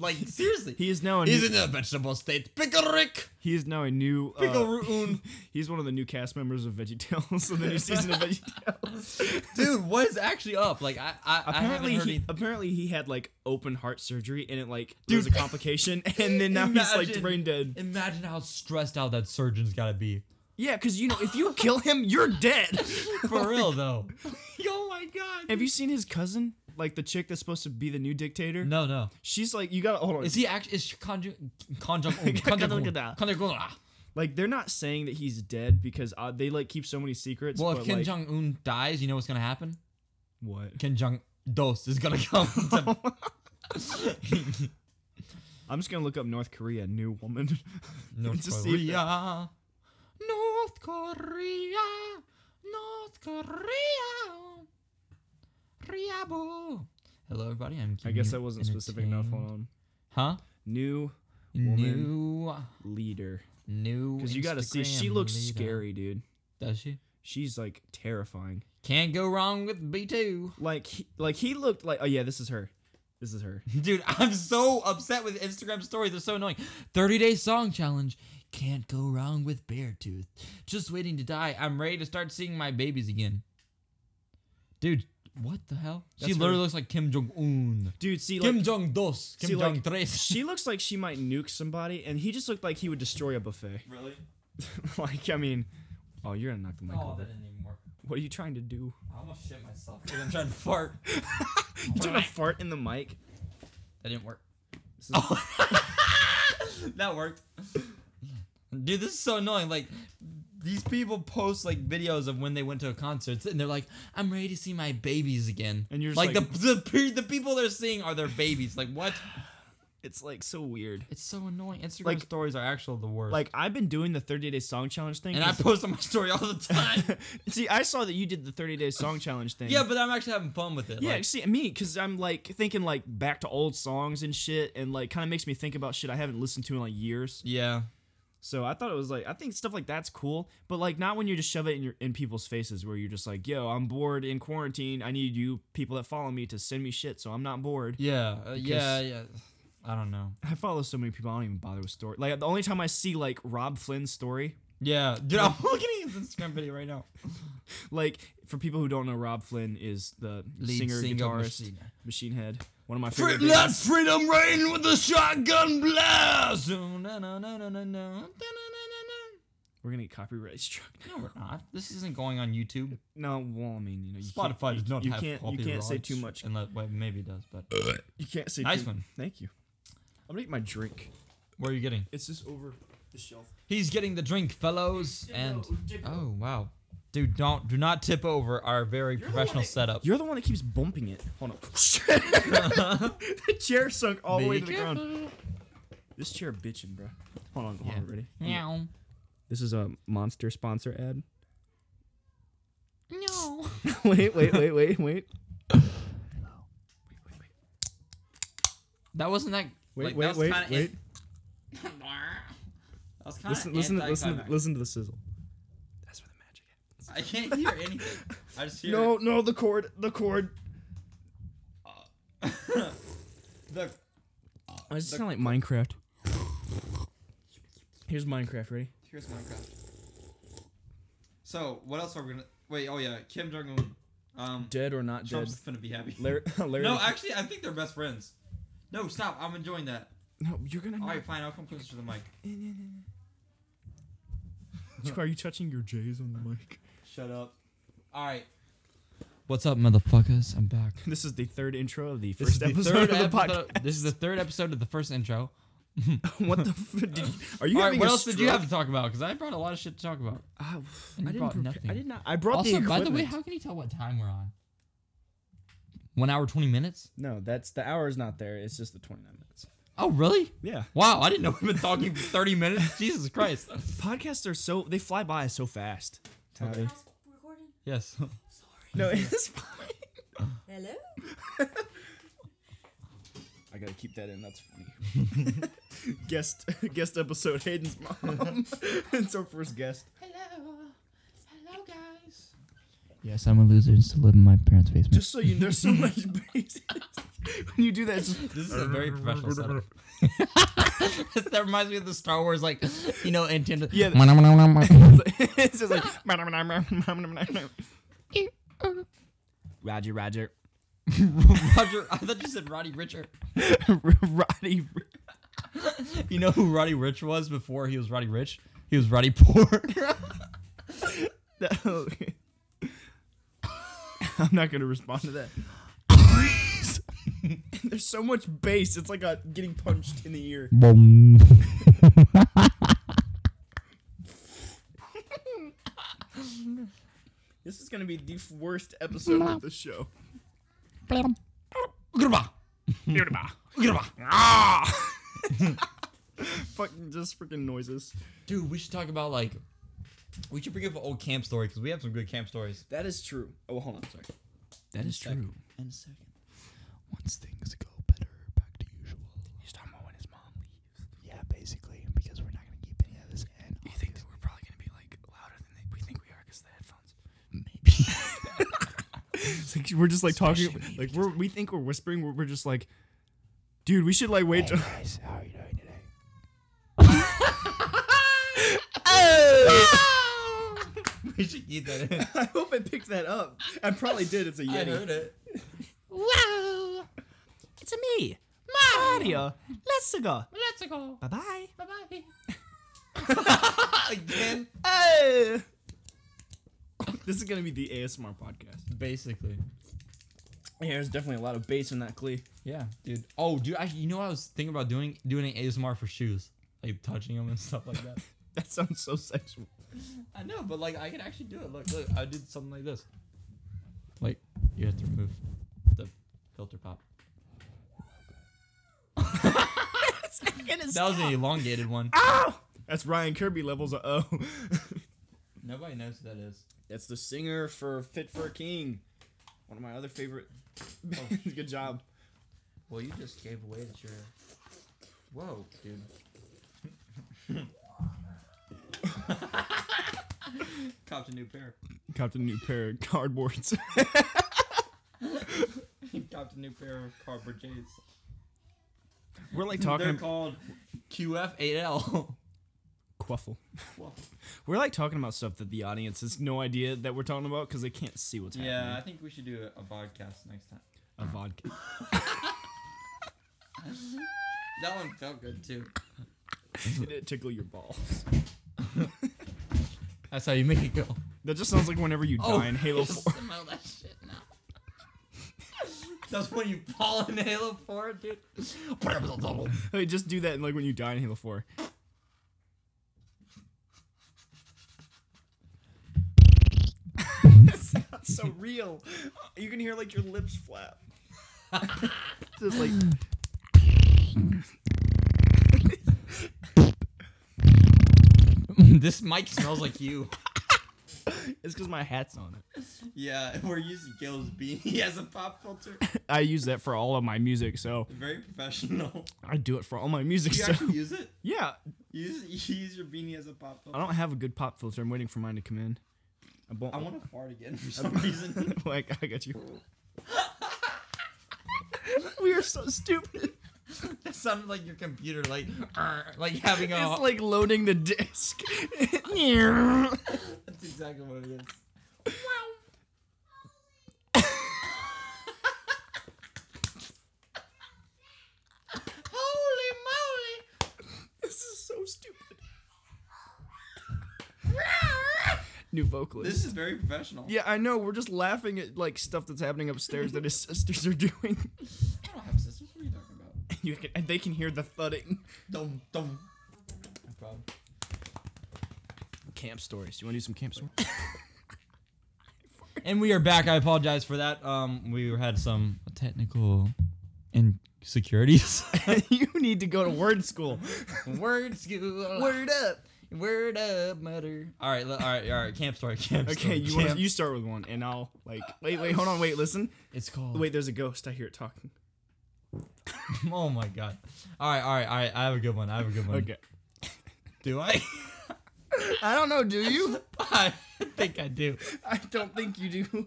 [SPEAKER 2] like seriously,
[SPEAKER 1] He is now a
[SPEAKER 4] He's
[SPEAKER 1] new,
[SPEAKER 4] in a vegetable state. Pickle Rick.
[SPEAKER 1] he is now a new uh,
[SPEAKER 2] Pickle-roon.
[SPEAKER 1] He's one of the new cast members of VeggieTales, so the new season of VeggieTales.
[SPEAKER 2] dude, what is actually up? Like I, I
[SPEAKER 1] Apparently,
[SPEAKER 2] I haven't heard
[SPEAKER 1] he,
[SPEAKER 2] anything.
[SPEAKER 1] apparently he had like open heart surgery, and it like
[SPEAKER 2] Dude.
[SPEAKER 1] there was a complication, and then now he's
[SPEAKER 2] Imagine.
[SPEAKER 1] like brain dead.
[SPEAKER 2] Imagine how stressed out that surgeon's got to be.
[SPEAKER 1] Yeah, because you know if you kill him, you're dead.
[SPEAKER 2] For real though. oh my god.
[SPEAKER 1] Have you seen his cousin, like the chick that's supposed to be the new dictator?
[SPEAKER 2] No, no.
[SPEAKER 1] She's like, you gotta hold on.
[SPEAKER 2] Is he actually? Is Kanju Kanjung
[SPEAKER 1] Kanjong Un.
[SPEAKER 2] Kanjung
[SPEAKER 1] like they're not saying that he's dead because uh, they like keep so many secrets.
[SPEAKER 2] Well, if
[SPEAKER 1] but,
[SPEAKER 2] Kim
[SPEAKER 1] like,
[SPEAKER 2] Jong Un dies, you know what's gonna happen?
[SPEAKER 1] what?
[SPEAKER 2] Kim Jong Dos is gonna come. to-
[SPEAKER 1] I'm just gonna look up North Korea new woman.
[SPEAKER 2] North
[SPEAKER 1] Just see if that-
[SPEAKER 2] Korea. North Korea. North Korea. Riabu. Hello, everybody. I'm.
[SPEAKER 1] I
[SPEAKER 2] keeping
[SPEAKER 1] guess
[SPEAKER 2] you
[SPEAKER 1] that wasn't specific enough. Hold
[SPEAKER 2] entertained.
[SPEAKER 1] on.
[SPEAKER 2] Huh?
[SPEAKER 1] New
[SPEAKER 2] New,
[SPEAKER 1] leader.
[SPEAKER 2] new.
[SPEAKER 1] Because you gotta see, she
[SPEAKER 2] Instagram
[SPEAKER 1] looks
[SPEAKER 2] leader.
[SPEAKER 1] scary, dude.
[SPEAKER 2] Does she?
[SPEAKER 1] She's like terrifying.
[SPEAKER 2] Can't go wrong with B two.
[SPEAKER 1] Like, he, like he looked like. Oh yeah, this is her. This is her.
[SPEAKER 2] Dude, I'm so upset with Instagram stories. They're so annoying. 30 day song challenge. Can't go wrong with Beartooth. Just waiting to die. I'm ready to start seeing my babies again. Dude, what the hell? she
[SPEAKER 1] That's
[SPEAKER 2] literally
[SPEAKER 1] her.
[SPEAKER 2] looks like Kim Jong Un.
[SPEAKER 1] Dude, see, like
[SPEAKER 2] Kim Jong Dos. Kim
[SPEAKER 1] See, like,
[SPEAKER 2] Jong Tres.
[SPEAKER 1] she looks like she might nuke somebody, and he just looked like he would destroy a buffet.
[SPEAKER 2] really?
[SPEAKER 1] like, I mean, oh, you're gonna knock the mic over.
[SPEAKER 2] didn't even work.
[SPEAKER 1] What are you trying to do?
[SPEAKER 2] I almost shit myself because I'm trying to fart.
[SPEAKER 1] You trying to fart in the mic?
[SPEAKER 2] That didn't work.
[SPEAKER 1] This is-
[SPEAKER 2] that worked. Dude, this is so annoying. Like, these people post like videos of when they went to a concert, and they're like, "I'm ready to see my babies again."
[SPEAKER 1] And you're just
[SPEAKER 2] like,
[SPEAKER 1] like-
[SPEAKER 2] the the pe- the people they're seeing are their babies. Like, what?
[SPEAKER 1] It's like so weird.
[SPEAKER 2] It's so annoying. Instagram
[SPEAKER 1] Like-
[SPEAKER 2] stories are actually the worst.
[SPEAKER 1] Like I've been doing the 30 day song challenge thing.
[SPEAKER 2] and I
[SPEAKER 1] 'cause-
[SPEAKER 2] post on my story all the time.
[SPEAKER 1] see, I saw that you did the 30 day song challenge thing.
[SPEAKER 2] yeah, but I'm actually having fun with it.
[SPEAKER 1] Yeah,
[SPEAKER 2] Like,
[SPEAKER 1] see, me, because I'm like thinking like back to old songs and shit, and like kind of makes me think about shit I haven't listened to in like years.
[SPEAKER 2] yeah.
[SPEAKER 1] So I thought it was like I think stuff like that's cool, but like not when you just shove it in your in people's faces where you're just like, yo, I'm bored in quarantine. I need you people that follow me to send me shit, so I'm not bored.
[SPEAKER 2] Yeah. uh, yeah.
[SPEAKER 1] Because-
[SPEAKER 2] Yeah. I don't know.
[SPEAKER 1] I follow so many people. I don't even bother with story. Like the only time I see like Rob Flynn's story,
[SPEAKER 2] Yeah, dude, I'm looking at his Instagram video right now.
[SPEAKER 1] like for people who don't know, Rob Flynn is the singer, guitarist, machine. Head. One of my favorite. bands.
[SPEAKER 2] let freedom reign with the shotgun blast. No, no, no, no, no, no, no.
[SPEAKER 1] We're gonna get copyright struck.
[SPEAKER 2] No, we're not. This isn't going on YouTube.
[SPEAKER 1] No, well, I mean, you know, you
[SPEAKER 2] Spotify
[SPEAKER 1] can't, you,
[SPEAKER 2] does not
[SPEAKER 1] you
[SPEAKER 2] have
[SPEAKER 1] can't, You
[SPEAKER 2] copyrights.
[SPEAKER 1] can't say too much.
[SPEAKER 2] Unless, well, maybe it does, but
[SPEAKER 1] You can't say
[SPEAKER 2] Nice
[SPEAKER 1] too,
[SPEAKER 2] one.
[SPEAKER 1] Thank you. I'm gonna eat my drink.
[SPEAKER 2] where are you getting?
[SPEAKER 1] It's just over the shelf.
[SPEAKER 2] He's getting the drink, fellows, and oh wow, dude, don't do not tip over our very professional setup.
[SPEAKER 1] You're the one that keeps bumping it. Hold on. the chair sunk all the way to the ground. This chair bitching, bro. Hold on. Hold on. Ready?
[SPEAKER 3] Meow.
[SPEAKER 1] This is a monster sponsor ad.
[SPEAKER 3] No.
[SPEAKER 1] wait, wait, wait, wait, wait.
[SPEAKER 2] That wasn't that.
[SPEAKER 1] Wait,
[SPEAKER 2] like, that
[SPEAKER 1] wait,
[SPEAKER 2] was
[SPEAKER 1] wait,
[SPEAKER 2] kinda-
[SPEAKER 1] wait.
[SPEAKER 2] that was kind
[SPEAKER 1] Listen, listen, to, listen, to, listen to the sizzle. That's where the magic happens.
[SPEAKER 2] I can't hear anything. I just hear
[SPEAKER 1] No, no, the cord, the cord.
[SPEAKER 2] the
[SPEAKER 1] I just sound like Minecraft. Here's Minecraft. Ready?
[SPEAKER 2] Here's Minecraft. So what else are we gonna? Wait, oh yeah, Kim Jong Un. Um,
[SPEAKER 1] Dead or not dead?
[SPEAKER 2] Trump's gonna be happy.
[SPEAKER 1] Larry, Larry
[SPEAKER 2] no, actually, I think they're best friends. No, stop. I'm enjoying that.
[SPEAKER 1] no, you're gonna.
[SPEAKER 2] All right, fine. I'll come closer to the mic.
[SPEAKER 1] Are you touching your J's on the mic?
[SPEAKER 2] Shut up. All right. What's up, motherfuckers? I'm back.
[SPEAKER 1] This is the third intro of the
[SPEAKER 2] This is
[SPEAKER 1] first
[SPEAKER 2] the
[SPEAKER 1] episode
[SPEAKER 2] third
[SPEAKER 1] of the
[SPEAKER 2] episode. This is the third episode of the first intro.
[SPEAKER 1] podcast. what the? F- did you, are you?
[SPEAKER 2] All right,
[SPEAKER 1] having
[SPEAKER 2] what
[SPEAKER 1] a
[SPEAKER 2] else did you
[SPEAKER 1] stroke?
[SPEAKER 2] have to talk about? Because I brought a lot of shit to talk about.
[SPEAKER 1] Ah,
[SPEAKER 2] And
[SPEAKER 1] I didn't
[SPEAKER 2] you brought
[SPEAKER 1] prepare,
[SPEAKER 2] nothing.
[SPEAKER 1] I did not. I brought the
[SPEAKER 2] also, by
[SPEAKER 1] equipment.
[SPEAKER 2] the way, how can you tell what time we're on? One hour twenty minutes.
[SPEAKER 1] No, that's the hour is not there. It's just the 29 minutes.
[SPEAKER 2] Oh, really?
[SPEAKER 1] Yeah.
[SPEAKER 2] Wow, I didn't know we've been talking for 30 minutes. Jesus Christ.
[SPEAKER 1] Podcasts are so they fly by so fast.
[SPEAKER 2] Okay.
[SPEAKER 5] Recording?
[SPEAKER 2] Yes.
[SPEAKER 5] Sorry.
[SPEAKER 1] No, it's fine.
[SPEAKER 5] Hello?
[SPEAKER 1] I gotta keep that in. That's funny. guest guest episode. Hayden's mom. it's our first guest.
[SPEAKER 3] Yes, I'm a loser and still live in my parents' basement.
[SPEAKER 1] Just so you, there's so much bass. when you do that, it's just,
[SPEAKER 2] This is a very professional setup. that reminds me of the Star Wars, like, you know, Nintendo.
[SPEAKER 1] yeah, it's just like Roger, Roger,
[SPEAKER 2] Roger, I thought you said Roddy Richer.
[SPEAKER 1] Roddy.
[SPEAKER 2] You know who Roddy Rich was before he was Roddy Rich? He was Roddy Poor.
[SPEAKER 1] No. I'm not gonna respond to that. There's so much bass. It's like a getting punched in the ear.
[SPEAKER 3] Boom.
[SPEAKER 1] This is gonna be the worst episode of the show.
[SPEAKER 2] Grba. Grba.
[SPEAKER 1] Ah! Fucking just freaking noises.
[SPEAKER 2] Dude, we should talk about, like, we should bring up an old camp story because we have some good camp stories.
[SPEAKER 1] That is true. Oh, hold on, sorry.
[SPEAKER 3] That is true.
[SPEAKER 1] In a second.
[SPEAKER 3] Once things go better, back to usual.
[SPEAKER 1] He's talking about when his mom leaves.
[SPEAKER 3] Yeah, basically, because we're not gonna keep any of this in.
[SPEAKER 1] You think that we're probably gonna be like louder than we think we are because the headphones? Maybe. we're just like
[SPEAKER 3] Especially
[SPEAKER 1] talking,
[SPEAKER 3] me,
[SPEAKER 1] like we're we think we're whispering. We're, we're just like, dude, we should like wait. till
[SPEAKER 3] guys, how are you doing today?
[SPEAKER 1] Oh!
[SPEAKER 2] we should keep that in.
[SPEAKER 1] I hope I picked that up. I probably did. It's a
[SPEAKER 2] I
[SPEAKER 1] yeti.
[SPEAKER 2] heard it.
[SPEAKER 6] Wow!
[SPEAKER 1] It's a me, Mario. Let's go.
[SPEAKER 6] Let's go.
[SPEAKER 1] Bye bye.
[SPEAKER 6] Bye bye.
[SPEAKER 2] Again.
[SPEAKER 1] This is gonna be the ASMR podcast.
[SPEAKER 2] Basically.
[SPEAKER 1] Yeah, there's definitely a lot of bass in that clee.
[SPEAKER 2] Yeah, dude. Oh, dude. Actually, you know what I was thinking about doing? Doing an ASMR for shoes, like touching them and stuff like that.
[SPEAKER 1] That sounds so sexual.
[SPEAKER 2] I know, but like I could actually do it. Look, look. I did something like this. Like you have to remove the filter pop. That was an elongated one.
[SPEAKER 1] That's Ryan Kirby levels of oh.
[SPEAKER 2] Nobody knows who that is.
[SPEAKER 1] That's the singer for Fit for a King. One of my other favorite. Good job.
[SPEAKER 2] Well, you just gave away that you're. Whoa, dude. Copped a new pair.
[SPEAKER 1] Copped a new pair of cardboards.
[SPEAKER 2] Copped a new pair of cardboard jades.
[SPEAKER 1] We're like talking
[SPEAKER 2] called QF8L.
[SPEAKER 1] quaffle. We're like talking about stuff that the audience has no idea that we're talking about because they can't see what's
[SPEAKER 2] yeah, I
[SPEAKER 1] happening.
[SPEAKER 2] think we should do a, a podcast next time.
[SPEAKER 1] Yeah, a vodka.
[SPEAKER 2] That one felt good too.
[SPEAKER 1] Did it tickle your balls?
[SPEAKER 2] That's how you make it go. Oh,
[SPEAKER 1] That just sounds like whenever you die in Halo Four.
[SPEAKER 2] Smell that shit now. That's when you fall in Halo 4, dude.
[SPEAKER 1] Hey, just do that like when you die in Halo Four. It's not so real. You can hear like your lips flap. just like.
[SPEAKER 2] this mic smells like you.
[SPEAKER 1] It's because my hat's on it.
[SPEAKER 2] Yeah, we're using Gil's beanie as a pop filter.
[SPEAKER 1] I use that for all of my music, so
[SPEAKER 2] Very professional.
[SPEAKER 1] I do it for all my music.
[SPEAKER 2] Do you
[SPEAKER 1] So
[SPEAKER 2] actually use it?
[SPEAKER 1] yeah,
[SPEAKER 2] You use, you use your beanie as a pop
[SPEAKER 1] I
[SPEAKER 2] filter.
[SPEAKER 1] don't have a good pop filter. I'm waiting for mine to come in. I, won't-
[SPEAKER 2] I want to fart again for some reason.
[SPEAKER 1] like I got you. we are so stupid.
[SPEAKER 2] that sounded like your computer, like, "Arr," like having a.
[SPEAKER 1] It's like loading the disc.
[SPEAKER 2] That's exactly what it is.
[SPEAKER 6] Holy moly!
[SPEAKER 1] this is so stupid. New vocalist.
[SPEAKER 2] This is very professional.
[SPEAKER 1] yeah, I know. We're just laughing at like stuff that's happening upstairs that his sisters are doing.
[SPEAKER 2] I don't have sisters. What are you talking about?
[SPEAKER 1] you can, and they can hear the thudding.
[SPEAKER 2] Dum dum. No problem.
[SPEAKER 1] Camp stories. You want to do some camp stories?
[SPEAKER 2] And we are back. I apologize for that. Um, we had some technical securities.
[SPEAKER 1] you need to go to word school.
[SPEAKER 2] Word school. Word up. Word up, mother. All right, all right, all right. Camp story. Camp story.
[SPEAKER 1] Okay, you want
[SPEAKER 2] camp-
[SPEAKER 1] you start with one, and I'll like wait, wait, hold on, wait, listen.
[SPEAKER 2] It's called.
[SPEAKER 1] Wait, there's a ghost. I hear it talking.
[SPEAKER 2] Oh my god. All right, all right, all right. I have a good one. I have a good one.
[SPEAKER 1] Okay.
[SPEAKER 2] Do I?
[SPEAKER 1] I don't know. Do you?
[SPEAKER 2] I think I do.
[SPEAKER 1] I don't think you do.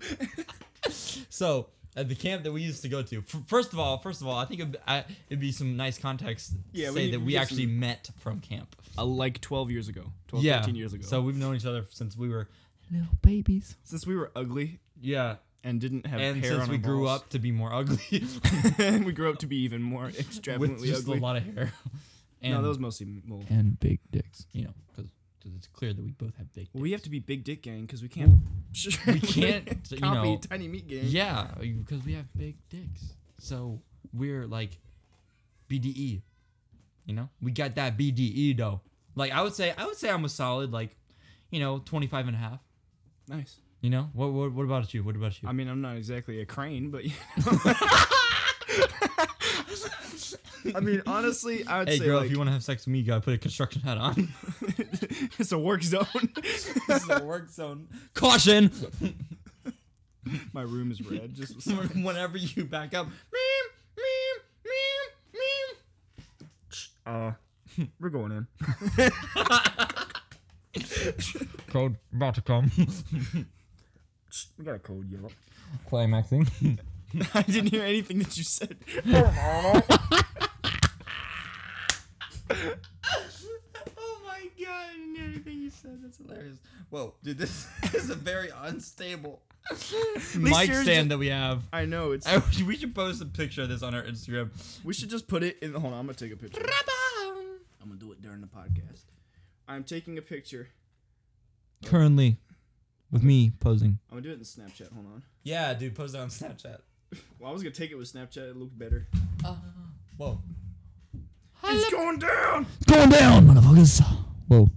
[SPEAKER 2] So at the camp that we used to go to, f- first of all, first of all, I think it'd, I, it'd be some nice context to
[SPEAKER 1] Yeah, we
[SPEAKER 2] say
[SPEAKER 1] need-
[SPEAKER 2] that
[SPEAKER 1] we
[SPEAKER 2] we
[SPEAKER 1] need
[SPEAKER 2] actually
[SPEAKER 1] some-
[SPEAKER 2] met from camp.
[SPEAKER 1] Uh, like 12 years ago, 12, 13 years ago.
[SPEAKER 2] So we've known each other since we were
[SPEAKER 3] Little babies.
[SPEAKER 1] since we were ugly
[SPEAKER 2] yeah,
[SPEAKER 1] and didn't have
[SPEAKER 2] and
[SPEAKER 1] hair
[SPEAKER 2] since
[SPEAKER 1] on
[SPEAKER 2] we
[SPEAKER 1] our
[SPEAKER 2] grew
[SPEAKER 1] balls,
[SPEAKER 2] up to be more ugly
[SPEAKER 1] and we grew up to be even more
[SPEAKER 2] with
[SPEAKER 1] extravagantly
[SPEAKER 2] just
[SPEAKER 1] ugly.
[SPEAKER 2] a lot of hair. And,
[SPEAKER 1] no, that was mostly. Well,
[SPEAKER 3] And big dicks.
[SPEAKER 2] you know because it's clear that we both have big.
[SPEAKER 1] we have to be big dick gang because we can't.
[SPEAKER 2] We can't, you
[SPEAKER 1] copy
[SPEAKER 2] know-
[SPEAKER 1] tiny meat gang.
[SPEAKER 2] Yeah, because we have big dicks. So we're like BDE. You know? We got that BDE though. Like I would say I would say I'm a solid like, you know, 25 and a half.
[SPEAKER 1] Nice.
[SPEAKER 2] You know? What what, what about you? What about you?
[SPEAKER 1] I mean, I'm not exactly a crane, but. I mean, honestly, I would
[SPEAKER 2] hey
[SPEAKER 1] say
[SPEAKER 2] girl,
[SPEAKER 1] like,
[SPEAKER 2] if you want to have sex with me, you got to put a construction hat on.
[SPEAKER 1] it's a work zone.
[SPEAKER 2] work zone. Caution.
[SPEAKER 1] My room is red. Just
[SPEAKER 2] Whenever you back up. Meep, meep, meep, meep.
[SPEAKER 1] uh, we're going in.
[SPEAKER 2] Code about to come.
[SPEAKER 1] We got a code yellow.
[SPEAKER 2] Climaxing.
[SPEAKER 1] I didn't hear anything that you said.
[SPEAKER 2] Oh my god, I didn't hear anything you said. That's hilarious. Whoa, dude, this is a very unstable mic
[SPEAKER 1] yours
[SPEAKER 2] stand that we have.
[SPEAKER 1] I know it's.
[SPEAKER 2] I wish- we should post a picture of this on our Instagram.
[SPEAKER 1] We should just put it in. Hold on, I'm gonna take a picture. I'm gonna do it during the podcast. I'm taking a picture.
[SPEAKER 2] Currently, with me posing.
[SPEAKER 1] I'm gonna do it in Snapchat. Hold on.
[SPEAKER 2] Yeah, dude, post it on Snapchat.
[SPEAKER 1] Well, I was gonna take it with Snapchat. It looked better.
[SPEAKER 2] Whoa.
[SPEAKER 1] It's going down.
[SPEAKER 3] It's going down, motherfuckers. Whoa.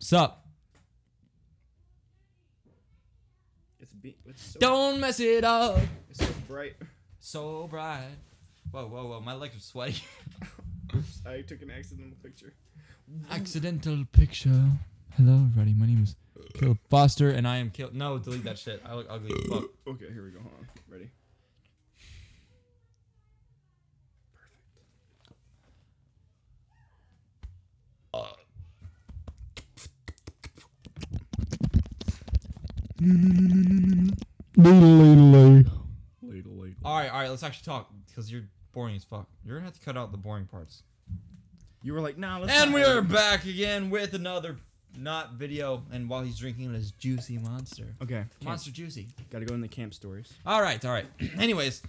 [SPEAKER 2] Sup?
[SPEAKER 1] It's be. It's so,
[SPEAKER 2] Don't mess it up.
[SPEAKER 1] it's so bright.
[SPEAKER 2] So bright. Whoa, whoa, whoa, my legs are sweaty.
[SPEAKER 1] I took an accidental picture.
[SPEAKER 2] Accidental picture.
[SPEAKER 3] Hello, everybody. My name is.
[SPEAKER 2] Kill Foster and I am killed. No, delete that shit. I look ugly as fuck.
[SPEAKER 1] Okay, here we go. Hold on. Ready? Later, later.
[SPEAKER 2] All right, all right, let's actually talk because you're boring as fuck. You're gonna have to cut out the boring parts.
[SPEAKER 1] You were like, nah. Let's
[SPEAKER 2] And
[SPEAKER 1] not
[SPEAKER 2] we
[SPEAKER 1] have
[SPEAKER 2] are
[SPEAKER 1] it.
[SPEAKER 2] back again with another not video. And while he's drinking his juicy monster,
[SPEAKER 1] Okay.
[SPEAKER 2] monster juicy.
[SPEAKER 1] Gotta go in the camp stories.
[SPEAKER 2] All right, all right. Anyways,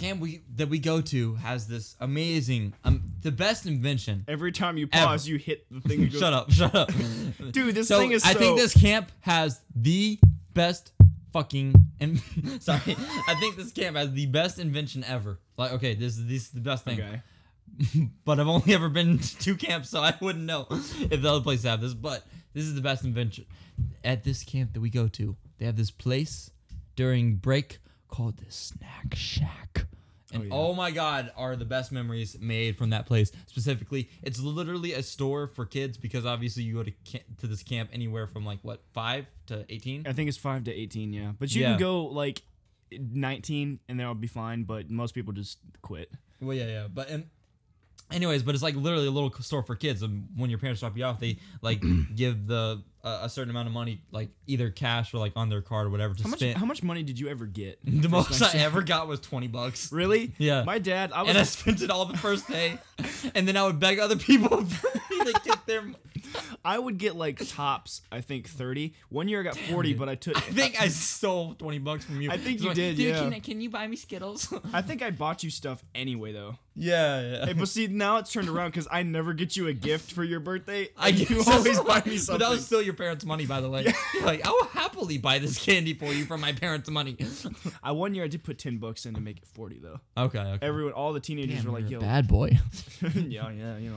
[SPEAKER 2] camp we that we go to has this amazing, um, the best invention.
[SPEAKER 1] Every time you
[SPEAKER 2] Ever.
[SPEAKER 1] pause, you hit the thing. and go,
[SPEAKER 2] shut up, shut up.
[SPEAKER 1] dude. This
[SPEAKER 2] so
[SPEAKER 1] thing is.
[SPEAKER 2] I
[SPEAKER 1] so,
[SPEAKER 2] think this camp has the best fucking and sorry. I think this camp has the best invention ever. Like, okay, this is this is the best thing.
[SPEAKER 1] Okay.
[SPEAKER 2] but I've only ever been to two camps, so I wouldn't know if the other places have this. But this is the best invention. At this camp that we go to, they have this place during break called the Snack Shack. And oh,
[SPEAKER 1] yeah.
[SPEAKER 2] my god, are the best memories made from that place. Specifically, it's literally a store for kids because obviously you go to ca- to this camp anywhere from like what five to eighteen.
[SPEAKER 1] I think it's five to eighteen. Yeah, but you
[SPEAKER 2] Yeah.
[SPEAKER 1] can go like nineteen, and that'll be fine. But most people just quit.
[SPEAKER 2] Well, yeah, yeah, but and anyways, but it's like literally a little store for kids. And when your parents drop you off, they like give the uh, a certain amount of money, like either cash or like on their card or whatever to
[SPEAKER 1] How much?
[SPEAKER 2] spend.
[SPEAKER 1] How much money did you ever get?
[SPEAKER 2] the
[SPEAKER 1] for
[SPEAKER 2] most I
[SPEAKER 1] Snapchat?
[SPEAKER 2] ever got was twenty bucks,
[SPEAKER 1] Really?
[SPEAKER 2] Yeah.
[SPEAKER 1] My dad. I was.
[SPEAKER 2] and I spent it all the first day, and then I would beg other people for me to get their. Money.
[SPEAKER 1] I would get like tops. I think thirty. One year I got forty, but I took.
[SPEAKER 2] I think I stole twenty bucks from you.
[SPEAKER 1] I think
[SPEAKER 2] So
[SPEAKER 1] you
[SPEAKER 2] like,
[SPEAKER 1] did,
[SPEAKER 2] Dude,
[SPEAKER 1] yeah.
[SPEAKER 2] can, can you buy me Skittles?
[SPEAKER 1] I think I bought you stuff anyway, though.
[SPEAKER 2] yeah, yeah.
[SPEAKER 1] Hey, but see, now it's turned around because I never get you a gift for your birthday.
[SPEAKER 2] I
[SPEAKER 1] and you
[SPEAKER 2] guess.
[SPEAKER 1] always buy me something.
[SPEAKER 2] But that was still your parents' money, by the way. You're like, I will happily buy this candy for you from my parents' money.
[SPEAKER 1] I one year I did put ten bucks in to make it forty though.
[SPEAKER 2] Okay. okay.
[SPEAKER 1] Everyone, all the teenagers were like,
[SPEAKER 3] you're
[SPEAKER 1] "Yo,
[SPEAKER 3] a bad boy.
[SPEAKER 1] yeah, yeah, you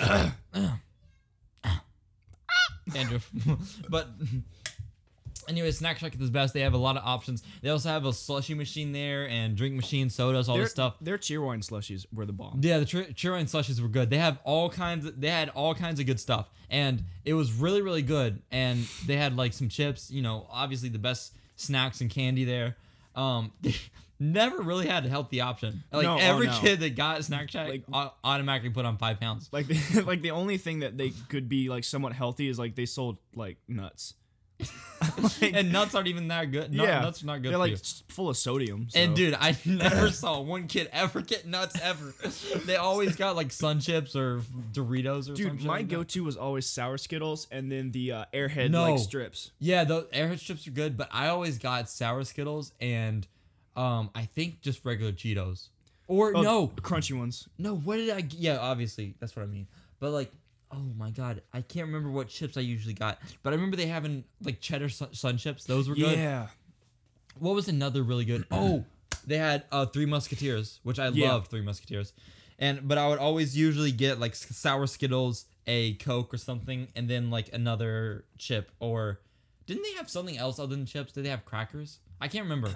[SPEAKER 1] know."
[SPEAKER 2] Andrew. but Anyway, Snack Shack is the best. They have a lot of options. They also have a slushy machine there and drink machine, sodas, all
[SPEAKER 1] Their,
[SPEAKER 2] this stuff.
[SPEAKER 1] their cheerwine slushies were the bomb.
[SPEAKER 2] Yeah, the chur- churro and slushies were good. They have all kinds. Of, they had all kinds of good stuff, and it was really, really good. And they had like some chips. You know, obviously the best snacks and candy there. Um, never really had a healthy option. Like
[SPEAKER 1] No, oh,
[SPEAKER 2] every
[SPEAKER 1] no.
[SPEAKER 2] kid that got snack shack
[SPEAKER 1] Like-
[SPEAKER 2] au- automatically put on five pounds.
[SPEAKER 1] Like, the, like the only thing that they could be like somewhat healthy is like they sold like nuts. Like,
[SPEAKER 2] and nuts aren't even that good. Nut,
[SPEAKER 1] yeah,
[SPEAKER 2] nuts are not good.
[SPEAKER 1] They're
[SPEAKER 2] for
[SPEAKER 1] like
[SPEAKER 2] you.
[SPEAKER 1] s- full of sodium. So.
[SPEAKER 2] And dude, I never saw one kid ever get nuts ever. they always got like sun chips or Doritos or some
[SPEAKER 1] dude,
[SPEAKER 2] shit
[SPEAKER 1] my
[SPEAKER 2] like that.
[SPEAKER 1] go-to was always sour Skittles and then the uh, Airhead
[SPEAKER 2] No.
[SPEAKER 1] like strips.
[SPEAKER 2] Yeah, those airhead strips are good, but I always got sour Skittles and um I think just regular Cheetos. Or
[SPEAKER 1] Oh,
[SPEAKER 2] no,
[SPEAKER 1] crunchy ones.
[SPEAKER 2] no, what did I g- Yeah, obviously, that's what I mean. But like Oh my god, I can't remember what chips I usually got, but I remember they having like cheddar sun, sun chips. Those were good.
[SPEAKER 1] Yeah,
[SPEAKER 2] What was another really good? Oh, they had uh, Three Musketeers, which I
[SPEAKER 1] Yeah.
[SPEAKER 2] loved Three Musketeers, and but I would always usually get like s- sour Skittles, a Coke or something, and then like another chip or didn't they have something else other than chips? Did they have crackers? I can't remember.